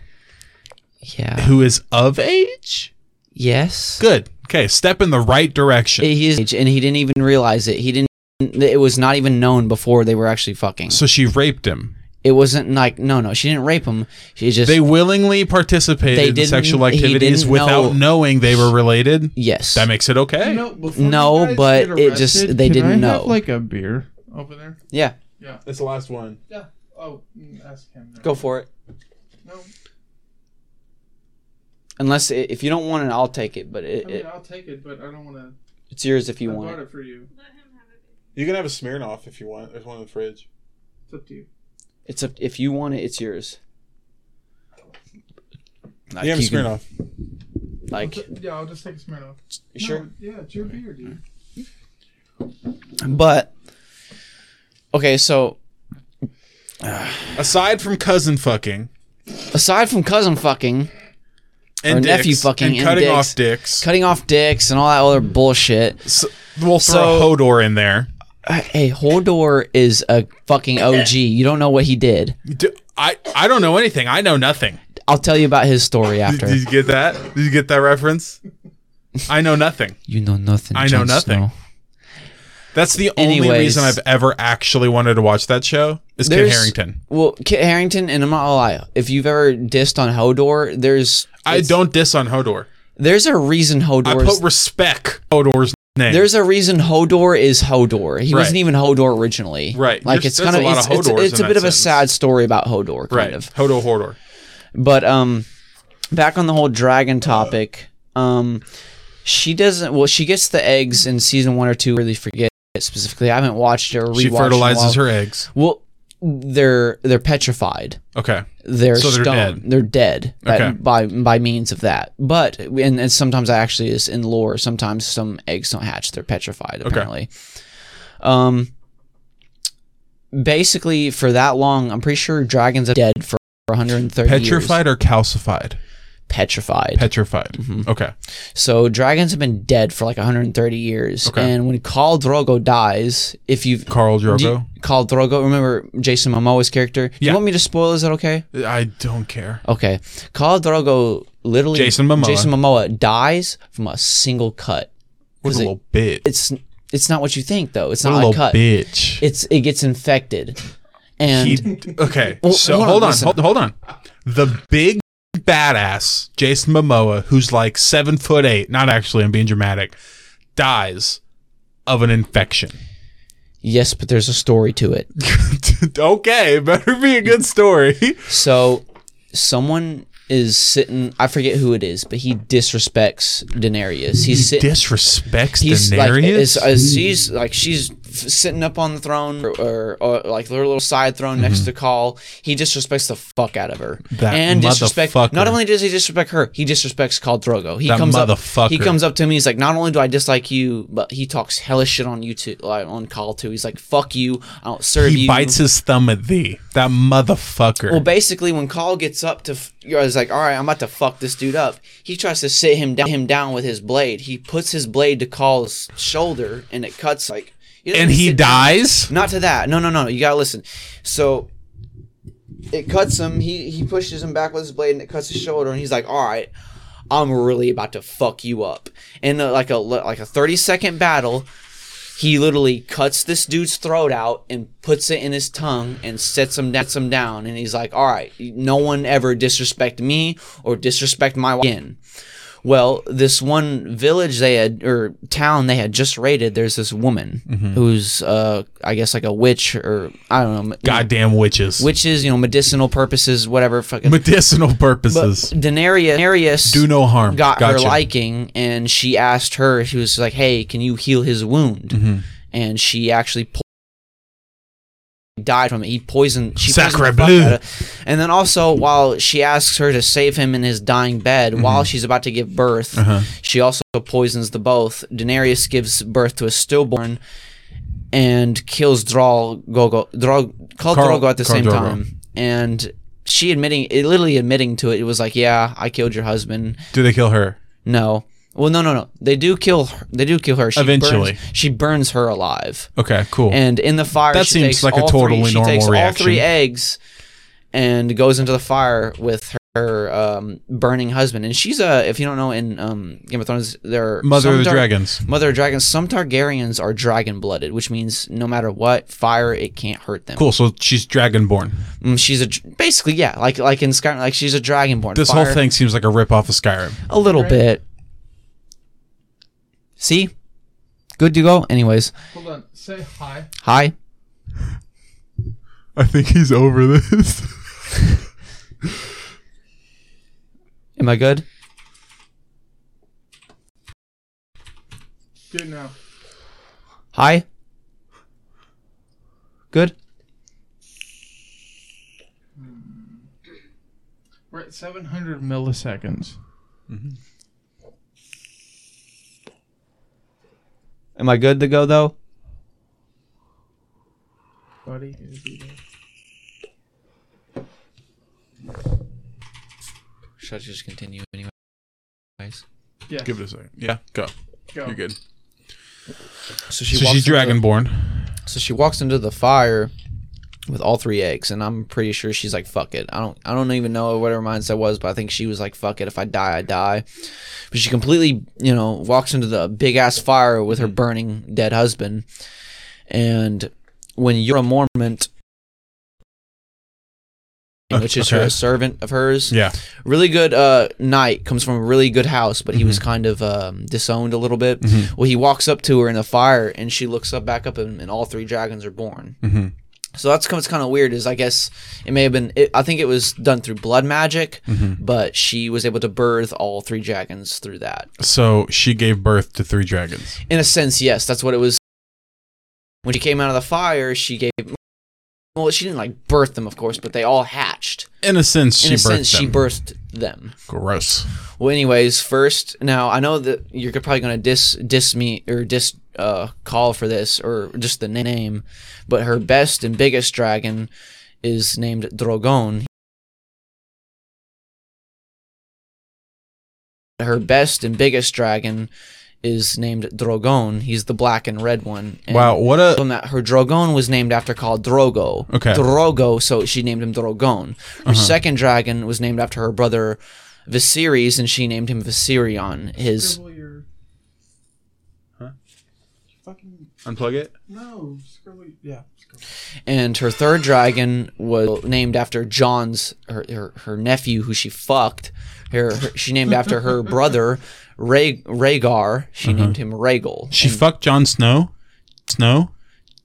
S3: Yeah.
S2: who is of age?
S3: Yes.
S2: Good. Okay, step in the right direction.
S3: He is, and he didn't even realize it. He didn't. It was not even known before they were actually fucking.
S2: So she raped him.
S3: It wasn't like no, no. She didn't rape him. She just
S2: They willingly participated
S3: They
S2: in
S3: didn't-
S2: sexual
S3: he
S2: activities
S3: didn't
S2: without
S3: know.
S2: knowing they were related.
S3: yes.
S2: That makes it okay.
S1: You know, before
S3: No,
S1: you guys
S3: but
S1: get
S3: it just-
S1: arrested,
S3: they
S1: can
S3: didn't
S1: I
S3: know.
S1: Have, like a beer over there.
S3: yeah.
S2: That's the last one.
S1: Yeah. Oh, mm, ask him. now.
S3: Go for it.
S1: No,
S3: Unless i if you don't want it, I'll take it. But it,
S1: I mean,
S3: it,
S1: I'll take it, but I don't want to.
S3: it's yours if you
S1: I
S3: want
S1: bought
S3: it.
S1: it for you.
S2: You can have a Smirnoff if you want. There's one in the fridge.
S1: It's up to you.
S3: It's up if you want it. It's yours. Like,
S2: you have a
S3: you can-
S2: Smirnoff.
S3: Like
S1: Yeah, I'll just take a Smirnoff.
S3: you sure.
S1: Yeah, it's your beer, dude.
S3: But okay, so
S2: Aside from cousin fucking
S3: aside from cousin fucking,
S2: and
S3: Or
S2: dicks,
S3: nephew fucking
S2: and
S3: and
S2: cutting
S3: dicks.
S2: off dicks,
S3: cutting off dicks, and all that other bullshit.
S2: so, we'll throw
S3: So-
S2: Hodor in there.
S3: Hey, Hodor is a fucking OG. You don't know what he did.
S2: Do- I I don't know anything. I know nothing.
S3: I'll tell you about his story
S2: Did,
S3: after.
S2: did you get that? Did you get that reference? I know nothing.
S3: You know nothing.
S2: I know
S3: Jon
S2: nothing.
S3: Snow.
S2: That's the only
S3: Anyways.
S2: reason I've ever actually wanted to watch that show is Kit
S3: There's-
S2: Harrington.
S3: Well, Kit Harrington, and I'm not gonna lie. If you've ever dissed on Hodor, there's
S2: I
S3: it's-
S2: don't diss on Hodor.
S3: There's a reason
S2: I
S3: Hodor.
S2: put
S3: Is,
S2: respect Hodor's name.
S3: there's a reason Hodor is Hodor. He
S2: Right.
S3: wasn't even Hodor originally.
S2: Right.
S3: Like
S2: There's-
S3: it's
S2: there's
S3: kind
S2: a
S3: of
S2: lot
S3: it's,
S2: of
S3: it's,
S2: Hodors
S3: it's
S2: in
S3: a bit
S2: that
S3: of a
S2: sense.
S3: sad story about Hodor, kind
S2: right
S3: of.
S2: Hodor Hodor.
S3: But um, back on the whole dragon topic, um, she doesn't. Well, she gets the eggs in season one or two. Really forget it specifically. I haven't watched it or rewatched.
S2: She
S3: it in a
S2: fertilizes
S3: while.
S2: her eggs.
S3: Well, they're they're petrified.
S2: Okay.
S3: They're
S2: So they're
S3: stoned.
S2: dead.
S3: They're dead by,
S2: Okay.
S3: by by means of that. But and, and sometimes I actually is in lore. Sometimes some eggs don't hatch. They're petrified apparently. Um. Basically, for that long, I'm pretty sure dragons are dead for 130 years.
S2: Petrified or calcified?
S3: petrified.
S2: Petrified.
S3: Mm-hmm.
S2: Okay.
S3: So dragons have been dead for like 130 years,
S2: Okay.
S3: and when Khal Drogo dies, if you've
S2: Khal Drogo?
S3: do you- Khal Drogo, remember Jason Momoa's character? Do
S2: Yeah.
S3: you want me to spoil? Is that okay?
S2: I don't care.
S3: Okay, Khal Drogo literally
S2: Jason Momoa.
S3: Jason Momoa dies from a single cut.
S2: What a
S3: 'Cause it-
S2: little bit.
S3: It's it's not what you think though. It's
S2: what a
S3: not
S2: little
S3: a cut.
S2: bitch.
S3: It's it gets infected, and
S2: He- okay.
S3: Well,
S2: so
S3: hold on,
S2: hold on,
S3: listen.
S2: hold, hold on. The big badass Jason Momoa, who's like seven foot eight, not actually, I'm being dramatic, dies of an infection. [laughs]
S3: yes, but there's a story to it.
S2: okay, better be a good [laughs] story.
S3: So someone is sitting. I forget who it is, but he disrespects Daenerys. He's sitting.
S2: Disrespects
S3: He's like,
S2: Daenerys.
S3: as, as she's like, she's f- sitting up on the throne or, or, or like her little side throne next to Call. He disrespects the fuck out of her
S2: Mm-hmm. That
S3: and disrespect.
S2: motherfucker.
S3: Not only does he disrespect her, he disrespects Khal Drogo. He
S2: That
S3: comes up. He
S2: motherfucker.
S3: comes up to me. He's like, not only do I dislike you, but he talks hellish shit on you too, like on Khal too. He's like, fuck you. I don't serve
S2: he
S3: you.
S2: bites his thumb at thee. That motherfucker.
S3: Well, basically, when Call gets up to, f- you know, is like, all right, I'm about to fuck this dude up. He tries to sit him down, him down with his blade. He puts his blade to Call's shoulder, and it cuts like. doesn't
S2: and he
S3: sit down.
S2: dies?
S3: Not to that. No, no, no. You gotta listen. So it cuts him. He he pushes him back with his blade, and it cuts his shoulder. And he's like, all right. I'm really about to fuck you up. In uh, like a like a 30 second battle, he literally cuts this dude's throat out and puts it in his tongue and sets him down, sets him down and he's like, "All right, no one ever disrespect me or disrespect my wife again." Well, this one village they had or town they had just raided, there's this woman
S2: Mm-hmm.
S3: who's uh I guess like a witch or I don't know,
S2: Goddamn witches.
S3: witches, you know, medicinal purposes, whatever fucking
S2: Medicinal
S3: but
S2: purposes.
S3: Daenerys, Daenerys
S2: Do no harm.
S3: got her
S2: Gotcha.
S3: liking, and she asked her. She was like, "Hey, can you heal his wound?"
S2: Mm-hmm.
S3: And she actually po- died from it. He poisoned. She poisoned the
S2: Sacre
S3: fuck
S2: bleu.
S3: out of- And then also, while she asks her to save him in his dying bed,
S2: Mm-hmm.
S3: while she's about to give birth,
S2: Uh-huh.
S3: she also poisons the both. Daenerys gives birth to a stillborn. And kills Drawl Gogo, Drawl, Khal
S2: Khal-
S3: Drogo at the
S2: Khal
S3: same
S2: Drogo.
S3: time, and she admitting, it, literally admitting to it. It was like, yeah, I killed your husband.
S2: Do they kill her?
S3: No. Well, no, no, no. They do kill. Her. They do kill her. She
S2: Eventually.
S3: burns, she burns her alive,
S2: Okay, cool.
S3: and in the fire,
S2: That
S3: she
S2: seems
S3: takes
S2: like a
S3: all
S2: totally
S3: three, she
S2: normal
S3: takes
S2: reaction.
S3: All three eggs, and goes into the fire with her um, burning husband. And she's a, if you don't know, in um, Game of Thrones, there are
S2: Mother of
S3: some
S2: the
S3: Tar-
S2: Dragons.
S3: Mother of dragons. Some Targaryens are dragon blooded, which means no matter what, fire it can't hurt them.
S2: Cool. So she's dragonborn.
S3: Mm, she's a dr- basically yeah, like like in Skyrim, like she's a dragonborn.
S2: This
S3: Fire-
S2: whole thing seems like a rip off of Skyrim.
S3: A little bit. See? Good to go. Anyways,
S1: Hold on. Say hi.
S3: hi.
S2: I think he's over this.
S3: Am I good?
S1: Good now.
S3: Hi. Good.
S1: We're at 700 milliseconds.
S3: Am I good to go though?
S1: Buddy,
S3: Should I just continue anyway?
S1: yeah,
S2: Give it a second. Yeah, go.
S1: go.
S2: You're good.
S3: So [laughs] she
S2: so
S3: walks
S2: she's
S3: into-
S2: dragonborn.
S3: so she walks into the fire with all three eggs, and I'm pretty sure she's like, "Fuck it." I don't. I don't even know what her mindset was, but I think she was like, "Fuck it. If I die, I die." But she completely, you know, walks into the big ass fire with her burning dead husband, and when you're a Mormont. Which is her
S2: Okay.
S3: a servant of hers.
S2: Yeah.
S3: Really good uh, knight comes from a really good house, but he was
S2: Mm-hmm.
S3: kind of um, disowned a little bit. Well, he walks up to her in the fire, and she looks up back up, and, and all three dragons are born.
S2: Mhm.
S3: So that's what's kind of weird. Is I guess it may have been. It, I think it was done through blood magic,
S2: Mm-hmm.
S3: but she was able to birth all three dragons through that.
S2: So she gave birth to three dragons.
S3: In a sense, yes, that's what it was. When she came out of the fire, she gave. Well, she didn't like birth them, of course, but they all hatched.
S2: In a sense,
S3: In
S2: she
S3: a
S2: birthed
S3: sense, she
S2: them.
S3: birthed them.
S2: Gross.
S3: Well, anyways, first now I know that you're probably gonna diss diss me or diss uh call for this or just the na- name, but her best and biggest dragon is named Drogon. her best and biggest dragon is named Drogon. He's the black and red one. And
S2: Wow, what
S3: on
S2: a
S3: that her Drogon was named after called Drogo.
S2: Okay. Uh-huh.
S3: Drogo, so she named him Drogon. Her second dragon was named after her brother Viserys, and she named him Viserion. His
S2: unplug it.
S1: No, screw it. Yeah.
S3: and her third dragon was named after John's her her, her nephew who she fucked. Her, her- she named
S2: [laughs]
S3: after her brother Ray Rhaegar. She
S2: Uh-huh.
S3: named him Rhaegal.
S2: She fucked Jon Snow. Snow.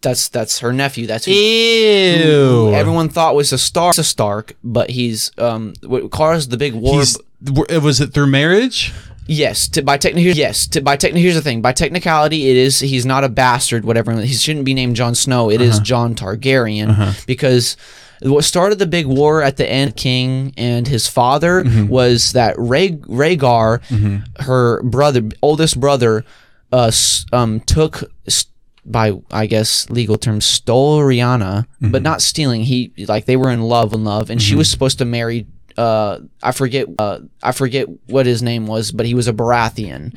S3: That's that's her nephew. That's who
S2: Ew.
S3: everyone thought was a Stark. A Stark, but he's um what caused the big war.
S2: He's, w- was it through marriage?
S3: Yes, to, by technical. Yes, to, by technical. Here's the thing: by technicality, it is he's not a bastard. Whatever he shouldn't be named Jon Snow. It is John Targaryen because what started the big war at the end, King and his father, was that Rha- Rhaegar, her brother, oldest brother, uh, s- um, took. s by I guess legal terms stole Rihanna, but not stealing. He like they were in love in love, and she was supposed to marry. Uh, I forget. Uh, I forget what his name was, but he was a Baratheon.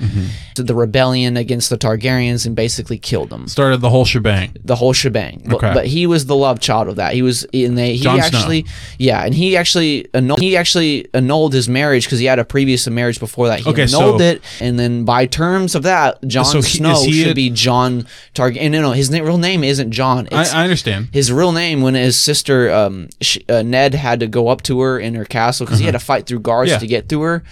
S3: To the rebellion against the Targaryens and basically killed them.
S2: Started the whole shebang.
S3: The whole shebang. But,
S2: Okay.
S3: but he was the love child of that. He was in they. He
S2: Jon Snow.
S3: actually, yeah, and he actually annulled. He actually annulled his marriage because he had a previous marriage before that. He
S2: Okay,
S3: annulled
S2: so-
S3: it, and then by terms of that, John
S2: So he-
S3: Snow
S2: is he
S3: should
S2: a-
S3: be John Targaryen. No, no, his na- real name isn't John. It's,
S2: I, I understand.
S3: his real name when his sister um, sh- uh, Ned had to go up to her in her castle because he had to fight through guards
S2: Yeah.
S3: to get to her.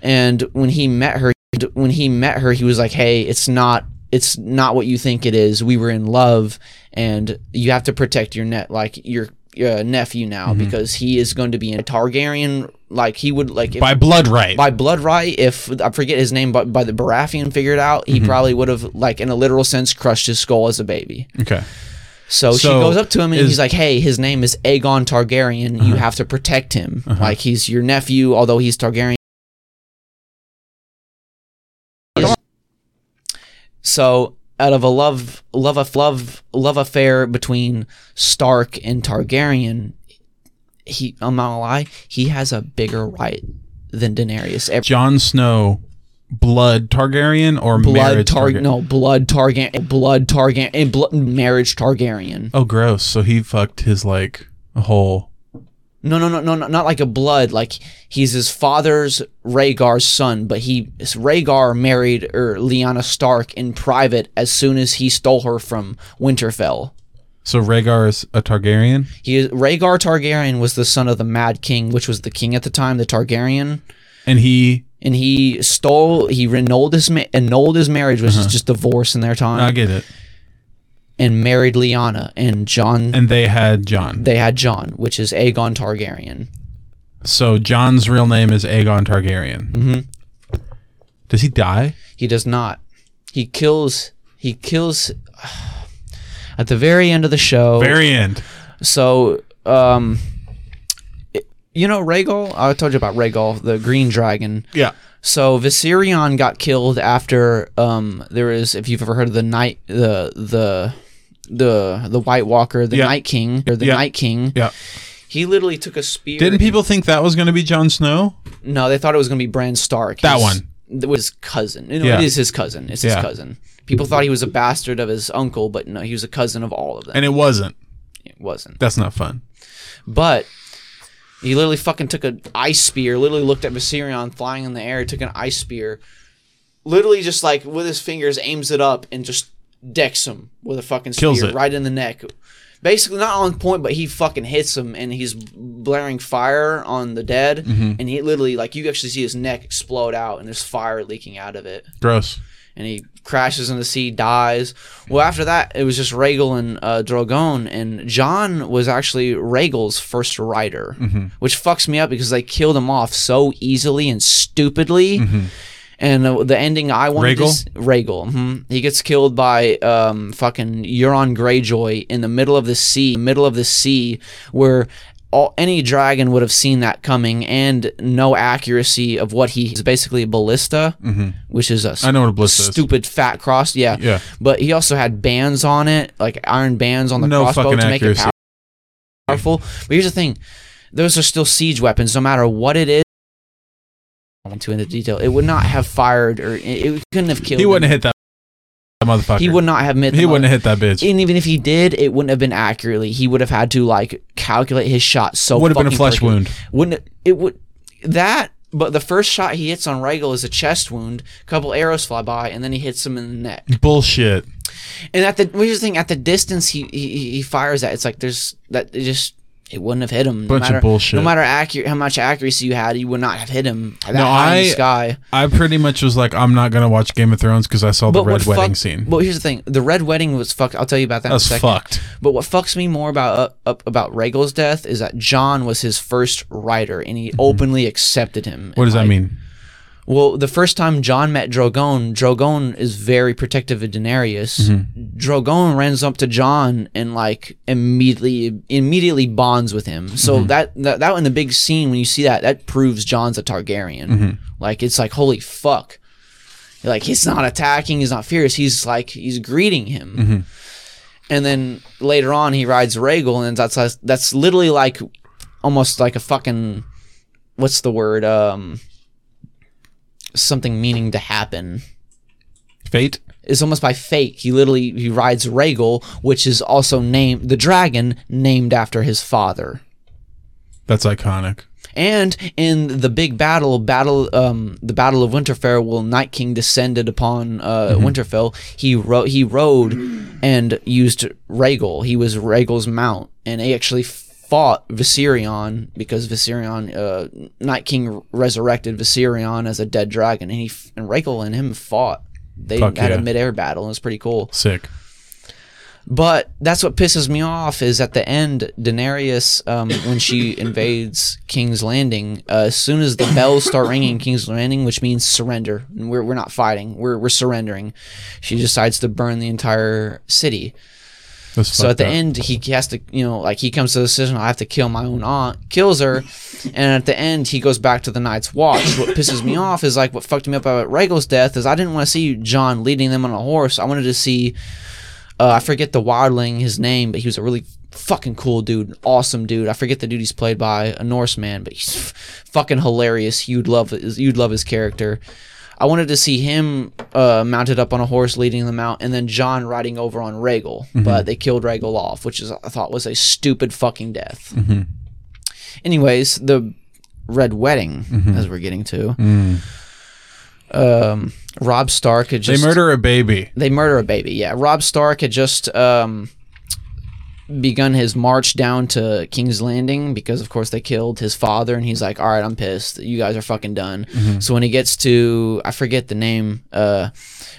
S3: And when he met her, when he met her, he was like, "Hey, it's not." It's not what you think it is. We were in love, and you have to protect your net, like your uh, nephew now, because he is going to be a Targaryen. Like he would like if-
S2: By blood right.
S3: by blood right if i forget his name but by the baratheon figured out he probably would have like in a literal sense crushed his skull as a baby
S2: okay.
S3: so, she
S2: So,
S3: goes up to him
S2: is-
S3: and
S2: Uh-huh.
S3: he's like, "Hey, his name is Aegon Targaryen. You have to protect him. Like he's your nephew, although he's Targaryen." So, out of a love, love, aff- love, love affair between Stark and Targaryen, he, I'm not gonna lie, he has a bigger right than Daenerys. Every-
S2: Jon Snow, blood Targaryen or
S3: blood
S2: marriage
S3: Tar,
S2: Targaryen?
S3: no, blood Targaryen, blood Targaryen, and blood marriage Targaryen.
S2: Oh, gross. So he fucked his like whole.
S3: No, no, no, no, no, not like a blood. Like he's his father's Rhaegar's son, but he Rhaegar married er, Lyanna Stark in private as soon as he stole her from Winterfell.
S2: So Rhaegar is a Targaryen.
S3: He Rhaegar Targaryen was the son of the Mad King, which was the king at the time, the Targaryen,
S2: and he
S3: and he stole. He annulled his ma- annulled his marriage, which is just divorce in their time,
S2: Uh-huh. I get it.
S3: and married Lyanna and John.
S2: And they had John.
S3: they had John, which is Aegon Targaryen.
S2: So John's real name is Aegon Targaryen. Mm-hmm. Does he die?
S3: He does not. He kills. He kills. [sighs] At the very end of the show.
S2: Very end.
S3: so, um, it- you know, Rhaegal. I told you about Rhaegal, the green dragon.
S2: Yeah.
S3: So Viserion got killed after um there is if you've ever heard of the night the the the the White Walker the
S2: Yeah.
S3: Night King or the
S2: Yeah.
S3: Night King
S2: Yeah.
S3: he literally took a spear
S2: Didn't people think that was going to be Jon Snow?
S3: No, they thought it was going to be Bran Stark.
S2: That
S3: His-
S2: one.
S3: That was his cousin. No,
S2: Yeah.
S3: It is his cousin. It's
S2: Yeah.
S3: his cousin. People thought he was a bastard of his uncle, but no, he was a cousin of all of them.
S2: And it wasn't.
S3: it wasn't.
S2: That's not fun.
S3: But he literally fucking took an ice spear, literally looked at Viserion flying in the air, took an ice spear, literally just like with his fingers aims it up and just decks him with a fucking spear
S2: Kills it.
S3: right in the neck. Basically, not on point, but he fucking hits him and he's blaring fire on the dead.
S2: Mm-hmm.
S3: And he literally, like, you actually see his neck explode out and there's fire leaking out of it
S2: Gross.
S3: and he crashes in the sea, dies. Well, after that, it was just Rhaegal and uh, Drogon, and John was actually Rhaegal's first rider,
S2: Mm-hmm.
S3: which fucks me up because they killed him off so easily and stupidly.
S2: Mm-hmm.
S3: And uh, the ending I wanted to
S2: Rhaegal?
S3: s- Rhaegal, mhm. he gets killed by um, fucking Euron Greyjoy in the middle of the sea, middle of the sea, where all, any dragon would have seen that coming, and no accuracy of what he is basically a ballista, which is a
S2: Mm-hmm. I know what a ballista is.
S3: stupid fat cross. Yeah,
S2: Yeah.
S3: But he also had bands on it, like iron bands on the
S2: No
S3: crossbow
S2: fucking
S3: to make
S2: accuracy.
S3: it powerful. But here's the thing: those are still siege weapons, no matter what it is. won't go into detail. It would not have fired or it, it couldn't have killed.
S2: He wouldn't
S3: him.
S2: have hit that, that motherfucker.
S3: He would not have met.
S2: He wouldn't have hit that bitch.
S3: And even if he did, it wouldn't have been accurately. He would have had to like calculate his shot. So
S2: Would have been a
S3: fucking
S2: flesh
S3: perfectly.
S2: wound.
S3: Wouldn't it, it would that? But the first shot he hits on Regal is a chest wound. A couple arrows fly by, and then he hits him in the neck.
S2: Bullshit.
S3: And at the here's the thing: at the distance he he, he fires at, it's like there's that it just it wouldn't have hit him. No
S2: Bunch of
S3: matter,
S2: bullshit.
S3: No matter accurate how much accuracy you had, you would not have hit him. That
S2: No,
S3: high in
S2: I-
S3: the sky.
S2: I pretty much was like, I'm not gonna watch Game of Thrones because I saw the
S3: But
S2: red
S3: what
S2: wedding
S3: fuck-
S2: scene.
S3: Well, here's the thing: the red wedding was fucked. I'll tell you about that.
S2: That's
S3: in a second.
S2: fucked.
S3: But what fucks me more about up, up about Regal's death is that John was his first writer, and he openly accepted him.
S2: Mm-hmm. What
S3: And,
S2: does that
S3: like,
S2: mean?
S3: Well, the first time John met Drogon, Drogon is very protective of Daenerys. Drogon runs up to John and like immediately immediately bonds with him. So that, that that in the big scene when you see that, that proves John's a Targaryen. Like it's like holy fuck. Like he's not attacking, he's not fierce, he's like he's greeting him. And then later on he rides Rhaegal and that's that's- that's literally like almost like a fucking what's the word? Um something meaning to happen.
S2: Fate.
S3: It's almost by fate. He literally he rides Rhaegal, which is also named the dragon named after his father.
S2: That's iconic.
S3: And in the big battle, battle um, the Battle of Winterfell, while Night King descended upon uh,
S2: Mm-hmm.
S3: Winterfell, he ro- he rode and used Rhaegal. He was Rhaegal's mount, and he actually fought Viserion because Viserion, uh, Night King resurrected Viserion as a dead dragon, and he f- and Rhaegal and him fought. They
S2: Fuck
S3: had
S2: yeah.
S3: a midair battle. and It was pretty cool.
S2: Sick.
S3: But that's what pisses me off is at the end, Daenerys, um, when she invades King's Landing, uh, as soon as the bells start ringing in King's Landing, which means surrender, and we're, we're not fighting, we're, we're surrendering, she decides to burn the entire city.
S2: That's
S3: So at the
S2: fucked up.
S3: end, he has to, you know, like he comes to the decision, I have to kill my own aunt, kills her, and at the end, he goes back to the Night's Watch. What pisses me off is like what fucked me up about Rhaegal's death is I didn't want to see John leading them on a horse. I wanted to see, uh, I forget the wildling, his name, but he was a really fucking cool dude, awesome dude. I forget the dude he's played by, a Norseman, but he's f- fucking hilarious. You'd love, his- you'd love his character. I wanted to see him uh, mounted up on a horse leading them out, and then John riding over on Regal. But they killed Regal off, which is I thought was a stupid fucking death. Anyways, the Red Wedding, as we're getting to, um, Rob Stark had
S2: they
S3: just
S2: murder a baby.
S3: they murder a baby. Yeah, Rob Stark had just um, begun his march down to King's Landing because, of course, they killed his father, and he's like, "All right, I'm pissed. You guys are fucking done." So when he gets to, I forget the name, uh,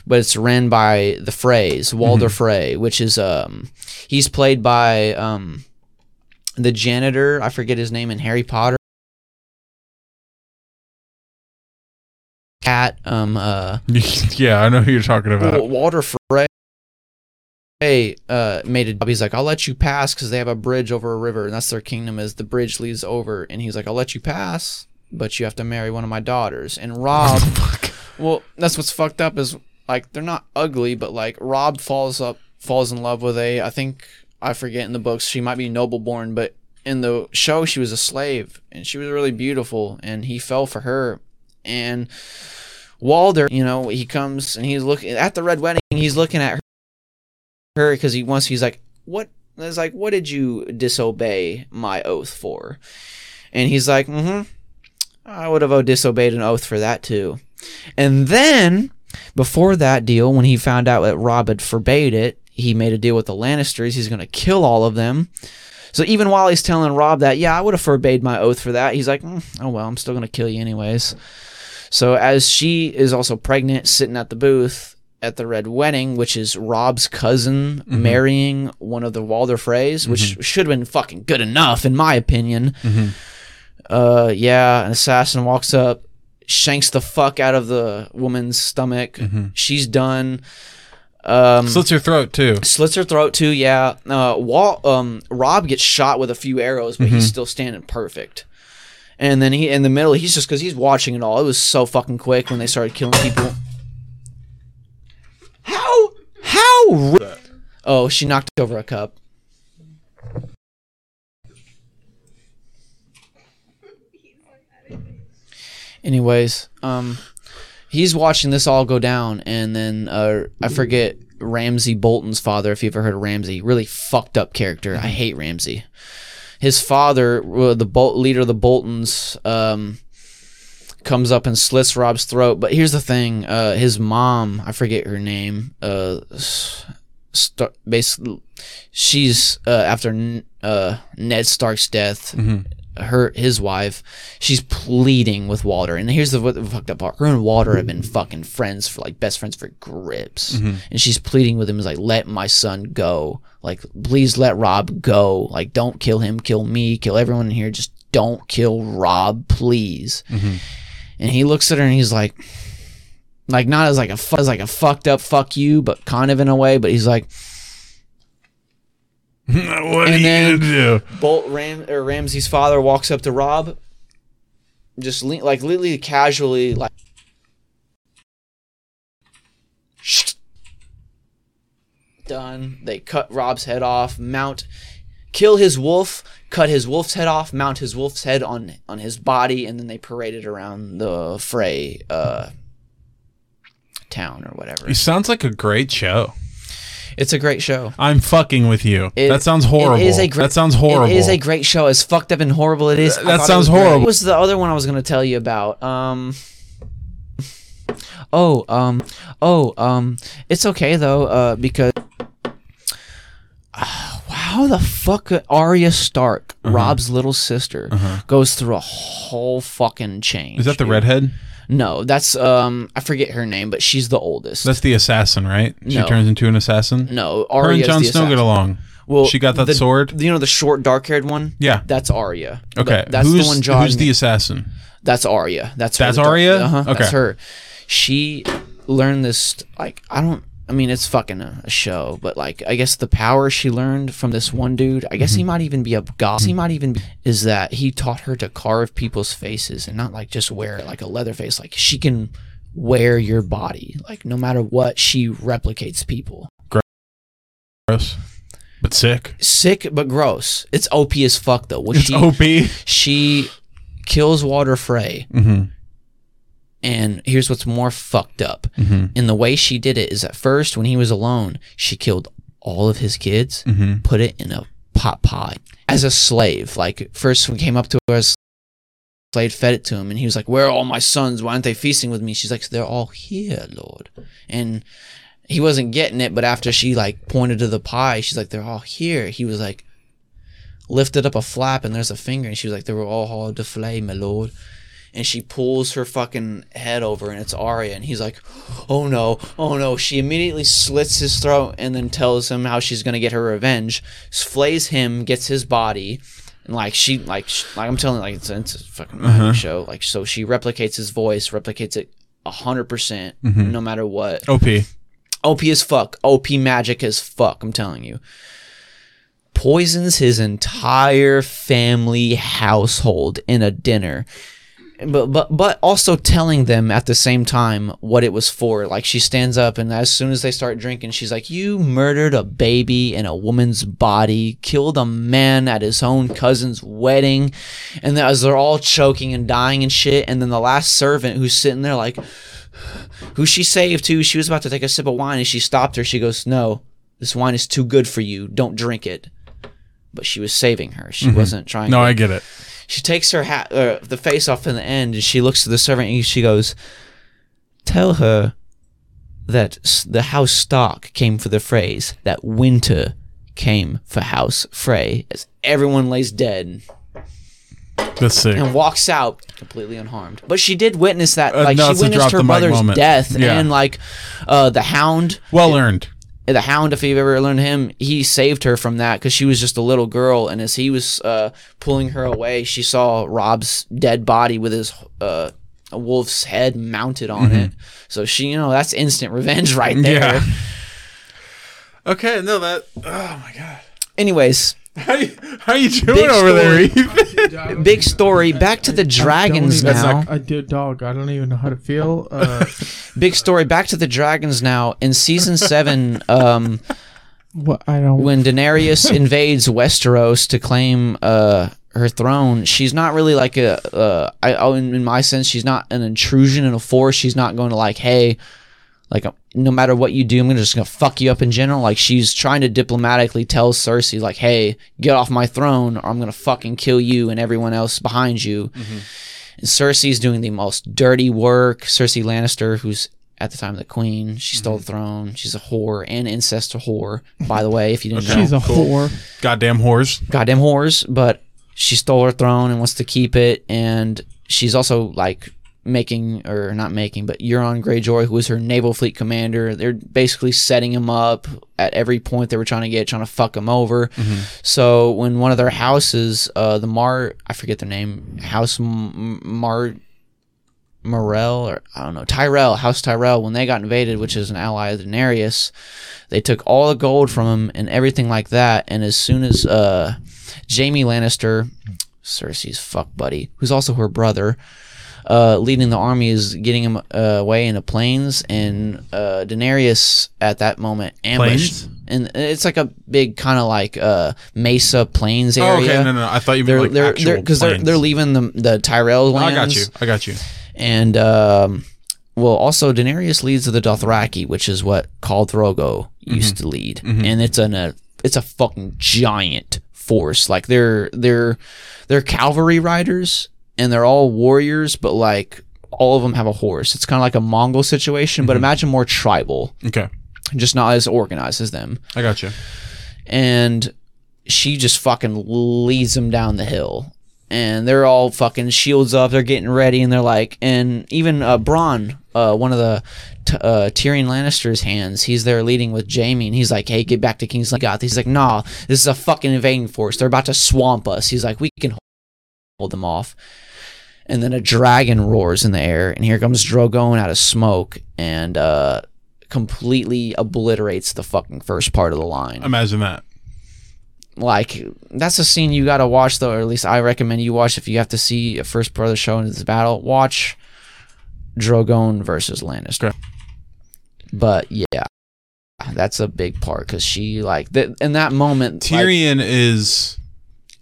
S3: but it's ran by the Freys, Walder Frey, which is um, he's played by um, the janitor. I forget his name in Harry Potter. Cat, um, uh,
S2: [laughs] yeah, I know who you're talking about.
S3: Wa- Walter Frey uh, made a He's like, I'll let you pass because they have a bridge over a river, and that's their kingdom is the bridge leads over. And he's like, I'll let you pass, but you have to marry one of my daughters. And Rob, well, that's what's fucked up is like they're not ugly, but like Rob falls up, falls in love with a. I think I forget in the books she might be noble born, but in the show she was a slave, and she was really beautiful, and he fell for her, and. Walder, you know, he comes and he's looking at the red wedding. He's looking at her because he wants. He's like, "What?" It's like, "What did you disobey my oath for?" And he's like, "Mm-hmm. I would have disobeyed an oath for that too." And then, before that deal, when he found out that Rob had forbade it, he made a deal with the Lannisters. He's going to kill all of them. So even while he's telling Rob that, yeah, I would have forbade my oath for that. He's like, "Mm, "Oh well, I'm still going to kill you anyways." So as she is also pregnant, sitting at the booth at the Red Wedding, which is Rob's cousin marrying one of the Walder Freys, which should have been fucking good enough, in my opinion. Uh, yeah, an assassin walks up, shanks the fuck out of the woman's stomach. She's done. Um,
S2: Slits your throat too.
S3: [laughs] slits her throat too. Yeah, uh, Walt, um, Rob gets shot with a few arrows, but he's still standing perfect. And then he in the middle, he's just because he's watching it all. It was so fucking quick when they started killing people. How? How? ri- oh, she knocked over a cup. Anyways, um, he's watching this all go down, and then uh, I forget Ramsey Bolton's father. If you ever heard of Ramsey, really fucked up character. I hate Ramsey. His father, uh, the Bol- leader of the Boltons, um, comes up and slits Rob's throat. But here's the thing: uh, his mom, I forget her name, uh, s- Star- basically, she's uh, after N- uh, Ned Stark's death. Her his wife, she's pleading with Walter, and here's the, what the fucked up part. Her and Walter have been fucking friends for like best friends for grips, and she's pleading with him is like, "Let my son go, like please let Rob go, like don't kill him, kill me, kill everyone in here, just don't kill Rob, please." and he looks at her and he's like like not as like a fu- as like a fucked up fuck you but kind of in a way but he's like
S2: what
S3: And
S2: are
S3: then-
S2: you gonna do?
S3: Bolt Ram or Ramsey's father walks up to Rob just le- like literally casually like Shh. done they cut Rob's head off mount kill his wolf cut his wolf's head off mount his wolf's head on on his body and then they parade it around the fray uh town or whatever
S2: It sounds like a great show.
S3: It's a great show.
S2: I'm fucking with you.
S3: It-
S2: that sounds horrible.
S3: It is a great,
S2: that sounds horrible.
S3: It is a great show. As fucked up and horrible it is. I
S2: That
S3: thought it
S2: sounds
S3: was great.
S2: horrible.
S3: What was the other one I was gonna tell you about? Um. Oh, um, oh, um, it's okay though, uh, because [sighs] how the fuck Arya Stark,
S2: Uh-huh.
S3: Rob's little sister, goes through a whole fucking change.
S2: is that the redhead?
S3: No, that's um, I forget her name, but she's the oldest.
S2: That's the assassin, right? She
S3: No.
S2: turns into an assassin.
S3: no,
S2: Her
S3: Arya.
S2: and Jon Snow get along.
S3: Well,
S2: she got that
S3: the-
S2: sword.
S3: You know the short, dark-haired one.
S2: Yeah.
S3: that's Arya.
S2: okay,
S3: Th- that's
S2: who's
S3: the one. John.
S2: who's the assassin?
S3: that's Arya. That's her.
S2: That's
S3: The dark-
S2: Arya?
S3: Uh-huh,
S2: Okay.
S3: That's her. She learned this. Like I don't. I mean, it's fucking a, a show, but like I guess the power she learned from this one dude. I
S2: Mm-hmm.
S3: guess he might even be a god. He might even be, is that he taught her to carve people's faces and not like just wear it like a leather face. Like she can wear your body. Like no matter what, she replicates people.
S2: Gross, but sick.
S3: Sick but gross. It's OP as fuck though. What
S2: It's
S3: she
S2: OP.
S3: she kills Walter Frey.
S2: Mm-hmm.
S3: And here's what's more fucked up. And the way she did it is at first, when he was alone, she killed all of his kids, put it in a pot pie as a slave. Like, first, we came up to her as a slave, fed it to him, and he was like, Where are all my sons? Why aren't they feasting with me? She's like, They're all here, Lord. And he wasn't getting it, but after she, like, pointed to the pie, she's like, They're all here. He was like, Lifted up a flap, and there's a finger, and she was like, They were all hard to flay, my Lord and she pulls her fucking head over and it's Arya and he's like, "Oh no, oh no." She immediately slits his throat and then tells him how she's going to get her revenge. Flays him, gets his body. And like she like sh like I'm telling you, like it's, it's a fucking show. Like so she replicates his voice, replicates it 100% percent no matter what.
S2: OP.
S3: OP as fuck. OP magic as fuck, I'm telling you. Poisons his entire family household in a dinner. But but but also telling them at the same time what it was for. Like she stands up and as soon as they start drinking, she's like, You murdered a baby in a woman's body, killed a man at his own cousin's wedding, and then as they're all choking and dying and shit, and then the last servant who's sitting there like who she saved too. She was about to take a sip of wine and she stopped her. She goes, No, this wine is too good for you. Don't drink it. But she was saving her. She wasn't trying
S2: Mm-hmm. No,
S3: to.
S2: I get it.
S3: She takes her hat, uh, the face off in the end, and she looks to the servant and she goes, Tell her that s- the house Stark came for the phrase, that winter came for House Frey, as everyone lays dead
S2: That's sick.
S3: and walks out completely unharmed. But she did witness that,
S2: Uh,
S3: like
S2: no,
S3: she
S2: it's a drop
S3: witnessed her
S2: the mic
S3: brother's
S2: moment.
S3: death
S2: Yeah.
S3: and like uh, the Hound.
S2: Well earned.
S3: the hound if you've ever learned him he saved her from that because she was just a little girl and as he was uh, pulling her away she saw rob's dead body with his uh, a wolf's head mounted on it so she you know that's instant revenge [laughs] right there
S2: Yeah. Okay, no, that. Oh my god. [laughs]
S3: anyways
S2: How you, how you doing
S3: Big
S2: over there,
S3: story. [laughs]
S2: Ethan?
S3: big story back to the dragons
S1: Don't even-
S3: now
S1: I did dog. I don't even know how to feel.
S3: [laughs]
S1: Uh,
S3: big story back to the dragons now in season 7 um
S1: what I don't.
S3: when Daenerys invades Westeros to claim uh, her throne, she's not really like a. Uh, I oh, in, in my sense, she's not an intrusion in a force. She's not going to like, hey, like uh, no matter what you do, I'm gonna just gonna fuck you up in general. Like she's trying to diplomatically tell Cersei, like, hey, get off my throne, or I'm gonna fucking kill you and everyone else behind you. And Cersei's doing the most dirty work. Cersei Lannister, who's at the time the queen, she stole the throne. She's a whore and incest whore, by the way, if you didn't know
S1: She's a whore.
S2: Goddamn whores.
S3: goddamn whores, but she stole her throne and wants to keep it. And she's also like making, or not making, but Euron Greyjoy, who is her naval fleet commander, they're basically setting him up at every point they were trying to get, trying to fuck him over. So when one of their houses, uh, the Mar, I forget their name, House M- M- Mar. Morel or I don't know Tyrell House Tyrell when they got invaded, which is an ally of Daenerys, they took all the gold from him and everything like that. And as soon as uh, Jamie Lannister, Cersei's fuck buddy, who's also her brother, uh, leading the army is getting him uh, away in the plains, and uh, Daenerys at that moment ambushed.
S2: Plains?
S3: And it's like a big kind of like uh, mesa plains area.
S2: Oh, okay. No, no, no. I thought you meant
S3: They're
S2: like
S3: they're
S2: actual
S3: they're because they're,
S2: plains.
S3: they're leaving the the Tyrell
S2: I
S3: lands
S2: got you. I got you.
S3: and um, well, also Daenerys leads the Dothraki, which is what Khal Drogo used to lead, and it's an a it's a fucking giant force. Like they're they're they're cavalry riders, and they're all warriors, but like all of them have a horse. It's kind of like a Mongol situation, but imagine more tribal,
S2: Okay.
S3: just not as organized as them
S2: I got you.
S3: and she just fucking leads them down the hill. And they're all fucking shields up. They're getting ready, and they're like, and even uh, Bronn, uh, one of the t- uh, Tyrion Lannister's hands, he's there leading with Jamie, and he's like, "Hey, get back to King's Landing." He's like, "Nah, this is a fucking invading force. They're about to swamp us." He's like, "We can hold them off." And then a dragon roars in the air, and here comes Drogon out of smoke, and uh, completely obliterates the fucking first part of the line
S2: Imagine that.
S3: like that's a scene you gotta watch though, or at least I recommend you watch if you have to see a first brother show in this battle. Watch Drogon versus Lannister.
S2: Okay.
S3: But yeah, that's a big part because she like th- in that moment like,
S2: Tyrion is.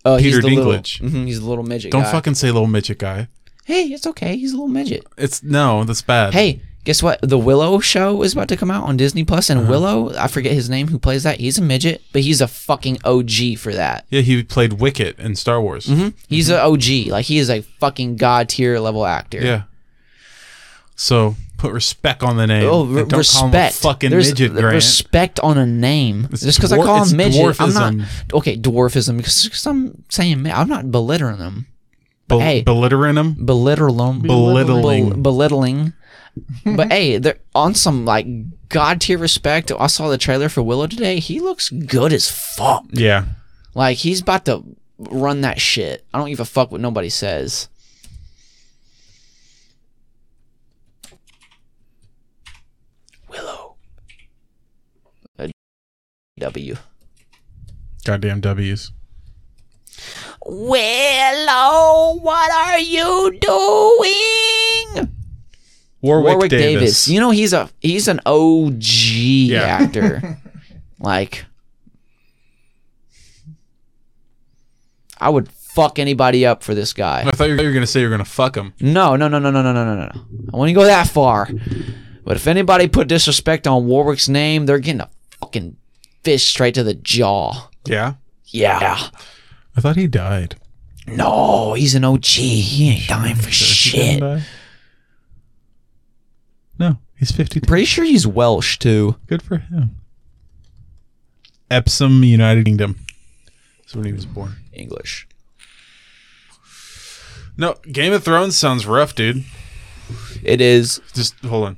S3: uh,
S2: Peter
S3: he's the little,
S2: Dinklage.
S3: Mhm, he's the little midget.
S2: Don't
S3: guy.
S2: fucking say little midget guy.
S3: Hey, it's okay. He's a little midget.
S2: It's no, that's bad.
S3: Hey, guess what? The Willow show is about to come out on Disney Plus,
S2: Uh-huh.
S3: and Willow, I forget his name, who plays that. He's a midget, but he's a fucking OG for that.
S2: Yeah, he played Wicket in Star Wars.
S3: He's a OG. Like he is a fucking god tier level actor.
S2: Mm-hmm. Yeah. So put respect on the name.
S3: Oh,
S2: and
S3: re-
S2: don't call him a
S3: respect.
S2: fucking
S3: There's
S2: midget, Grant.
S3: Respect on a name.
S2: It's
S3: Just because I
S2: dwar-
S3: call
S2: it's
S3: him midget, I'm
S2: dwarfism.
S3: not okay. Dwarfism because 'cause I'm saying mi- I'm not belittling them.
S2: Bel-
S3: hey.
S2: Belittering him.
S3: Belittling,
S2: Belittling.
S3: Bel- belittling. but hey, they're on some like god tier respect. I saw the trailer for Willow today. He looks good as fuck.
S2: Yeah.
S3: Like he's about to run that shit. I don't give a fuck what nobody says. Willow. A W.
S2: Goddamn W's.
S3: Willow, what are you doing?
S2: Warwick, Davis.
S3: You know he's a he's an OG
S2: Yeah.
S3: actor.
S2: [laughs]
S3: like I would fuck anybody up for this guy.
S2: I thought you were gonna say you're gonna fuck him.
S3: No, no, no, no, no, no, no, no, no. I wouldn't go that far. But if anybody put disrespect on Warwick's name, they're getting a fucking fish straight to the jaw.
S2: Yeah.
S3: Yeah.
S2: I thought he died.
S3: No, he's an OG. He ain't dying [laughs] for shit.
S2: No, he's 52.
S3: Pretty sure he's Welsh too.
S2: Good for him. Epsom, United Kingdom. That's when he was born.
S3: English.
S2: No, Game of Thrones sounds rough, dude.
S3: It is.
S2: Just hold on.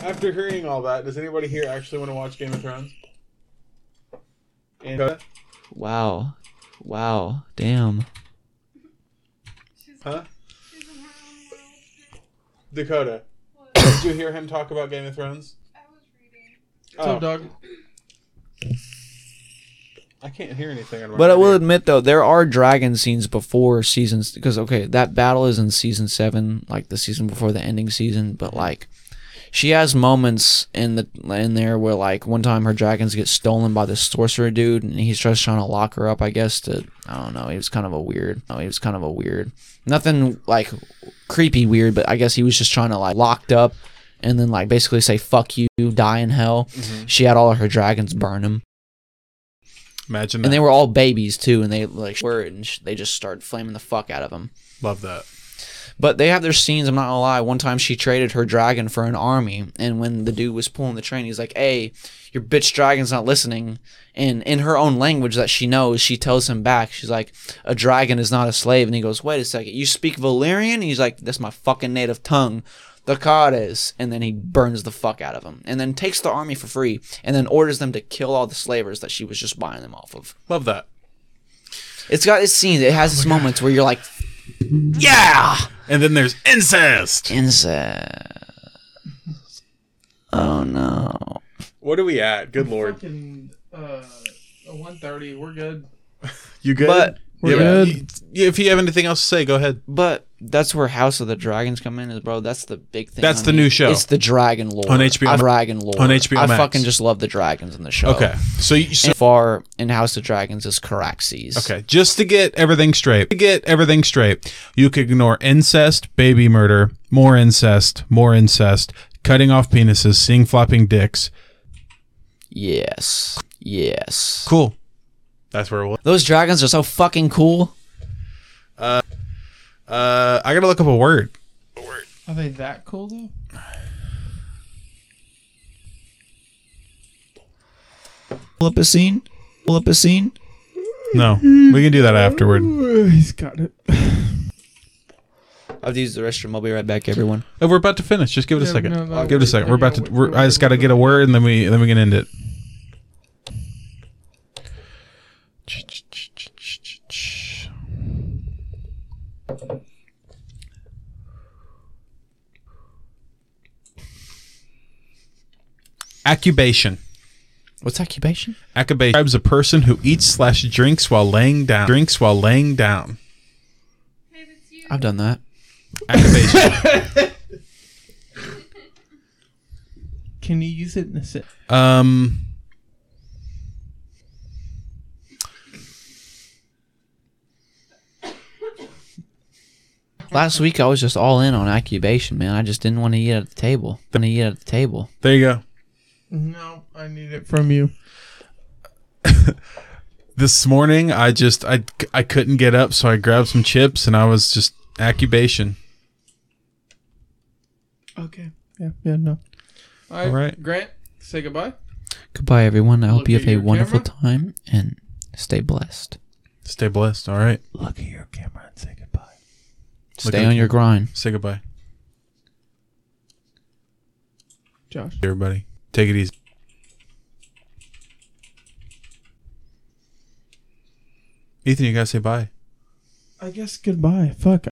S2: After hearing all that, does anybody here actually want to watch Game of Thrones? And,
S3: Wow. Wow. Damn.
S2: huh? Dakota, [coughs] did you hear him talk about Game of Thrones? I was reading. Oh,
S1: dog?
S2: I can't hear anything. On my
S3: But I
S2: radio.
S3: will admit though, there are dragon scenes before seasons because okay, that battle is in season seven, like the season before the ending season. But like, she has moments in the in there where like one time her dragons get stolen by this sorcerer dude and he's just trying to lock her up I guess to I don't know he was kind of a weird no he was kind of a weird nothing like creepy weird but I guess he was just trying to like locked up and then like basically say fuck you die in hell she had all of her dragons burn him
S2: Imagine that.
S3: and they were all babies too and they like were and sh- they just started flaming the fuck out of them
S2: Love that.
S3: but they have their scenes. I'm not gonna lie. One time she traded her dragon for an army, and when the dude was pulling the train, he's like, "Hey, your bitch dragon's not listening." And in her own language that she knows, she tells him back. She's like, "A dragon is not a slave." And he goes, "Wait a second, you speak Valyrian?" And he's like, "That's my fucking native tongue." The Kades, and then he burns the fuck out of him, and then takes the army for free, and then orders them to kill all the slavers that she was just buying them off of.
S2: Love that.
S3: It's got its scenes. It
S2: Oh
S3: has its moments where you're like, "Yeah."
S2: And then there's incest.
S3: Incest. Oh no.
S2: What are we at? Good lord.
S1: Fucking uh, one thirty. We're good.
S2: You good?
S3: But-
S2: You
S1: We're
S2: have-
S1: good.
S2: you- if you have anything else to say, go ahead.
S3: But that's where House of the Dragons come in, is bro. That's the big thing.
S2: That's
S3: on
S2: the
S3: me.
S2: new show.
S3: It's the dragon lore
S2: On HBO
S3: Uh, dragon lore
S2: on HBO
S3: I
S2: Max.
S3: fucking just love the dragons in the show.
S2: Okay. So, you, so
S3: Oh. And far in House of Dragons is Caraxes.
S2: okay, just to get everything straight, to get everything straight, you could ignore incest, baby murder, more incest, more incest, cutting off penises, seeing flopping dicks.
S3: Yes. Yes.
S2: Cool. That's where we'll.
S3: Those dragons are so fucking cool.
S2: Uh, I gotta look up a word.
S1: Are they that cool though?
S3: Pull up a scene. Pull up a scene.
S2: No, we can do that afterward.
S1: [sighs] He's got it. [laughs]
S3: I've used the restroom. I'll be right back, everyone.
S2: Oh, we're about to finish. Just give it a
S1: Yeah,
S2: second.
S1: no, no,
S2: give it a second. We're about to.
S1: yeah,
S2: We're, I just got to get a word, and then we then we can end it. Accubation.
S3: What's occupation?
S2: Accubation describes a person who eats slash drinks while laying down. Drinks while laying down.
S3: I've done that.
S2: Accubation.
S1: [laughs] Can you use it in a sit?
S2: um.
S3: Last week I was just all in on occupation, man. I just didn't want to eat at the table. Didn't eat at the table.
S2: There you go.
S1: No, I need it from you.
S2: this morning i just i i couldn't get up so i grabbed some chips and i was just accubation
S1: Okay. Yeah. Yeah. No. All right.
S2: All right.
S1: Grant, say goodbye.
S3: Goodbye, everyone. I hope you
S1: at
S3: have a
S1: your
S3: wonderful time and stay blessed.
S2: stay blessed all right
S1: Look at your camera and say goodbye.
S2: Look
S3: Stay
S2: at-
S3: on your grind.
S2: say goodbye
S1: Josh.
S2: everybody take it easy ethan you gotta say bye
S1: I guess goodbye. Fuck.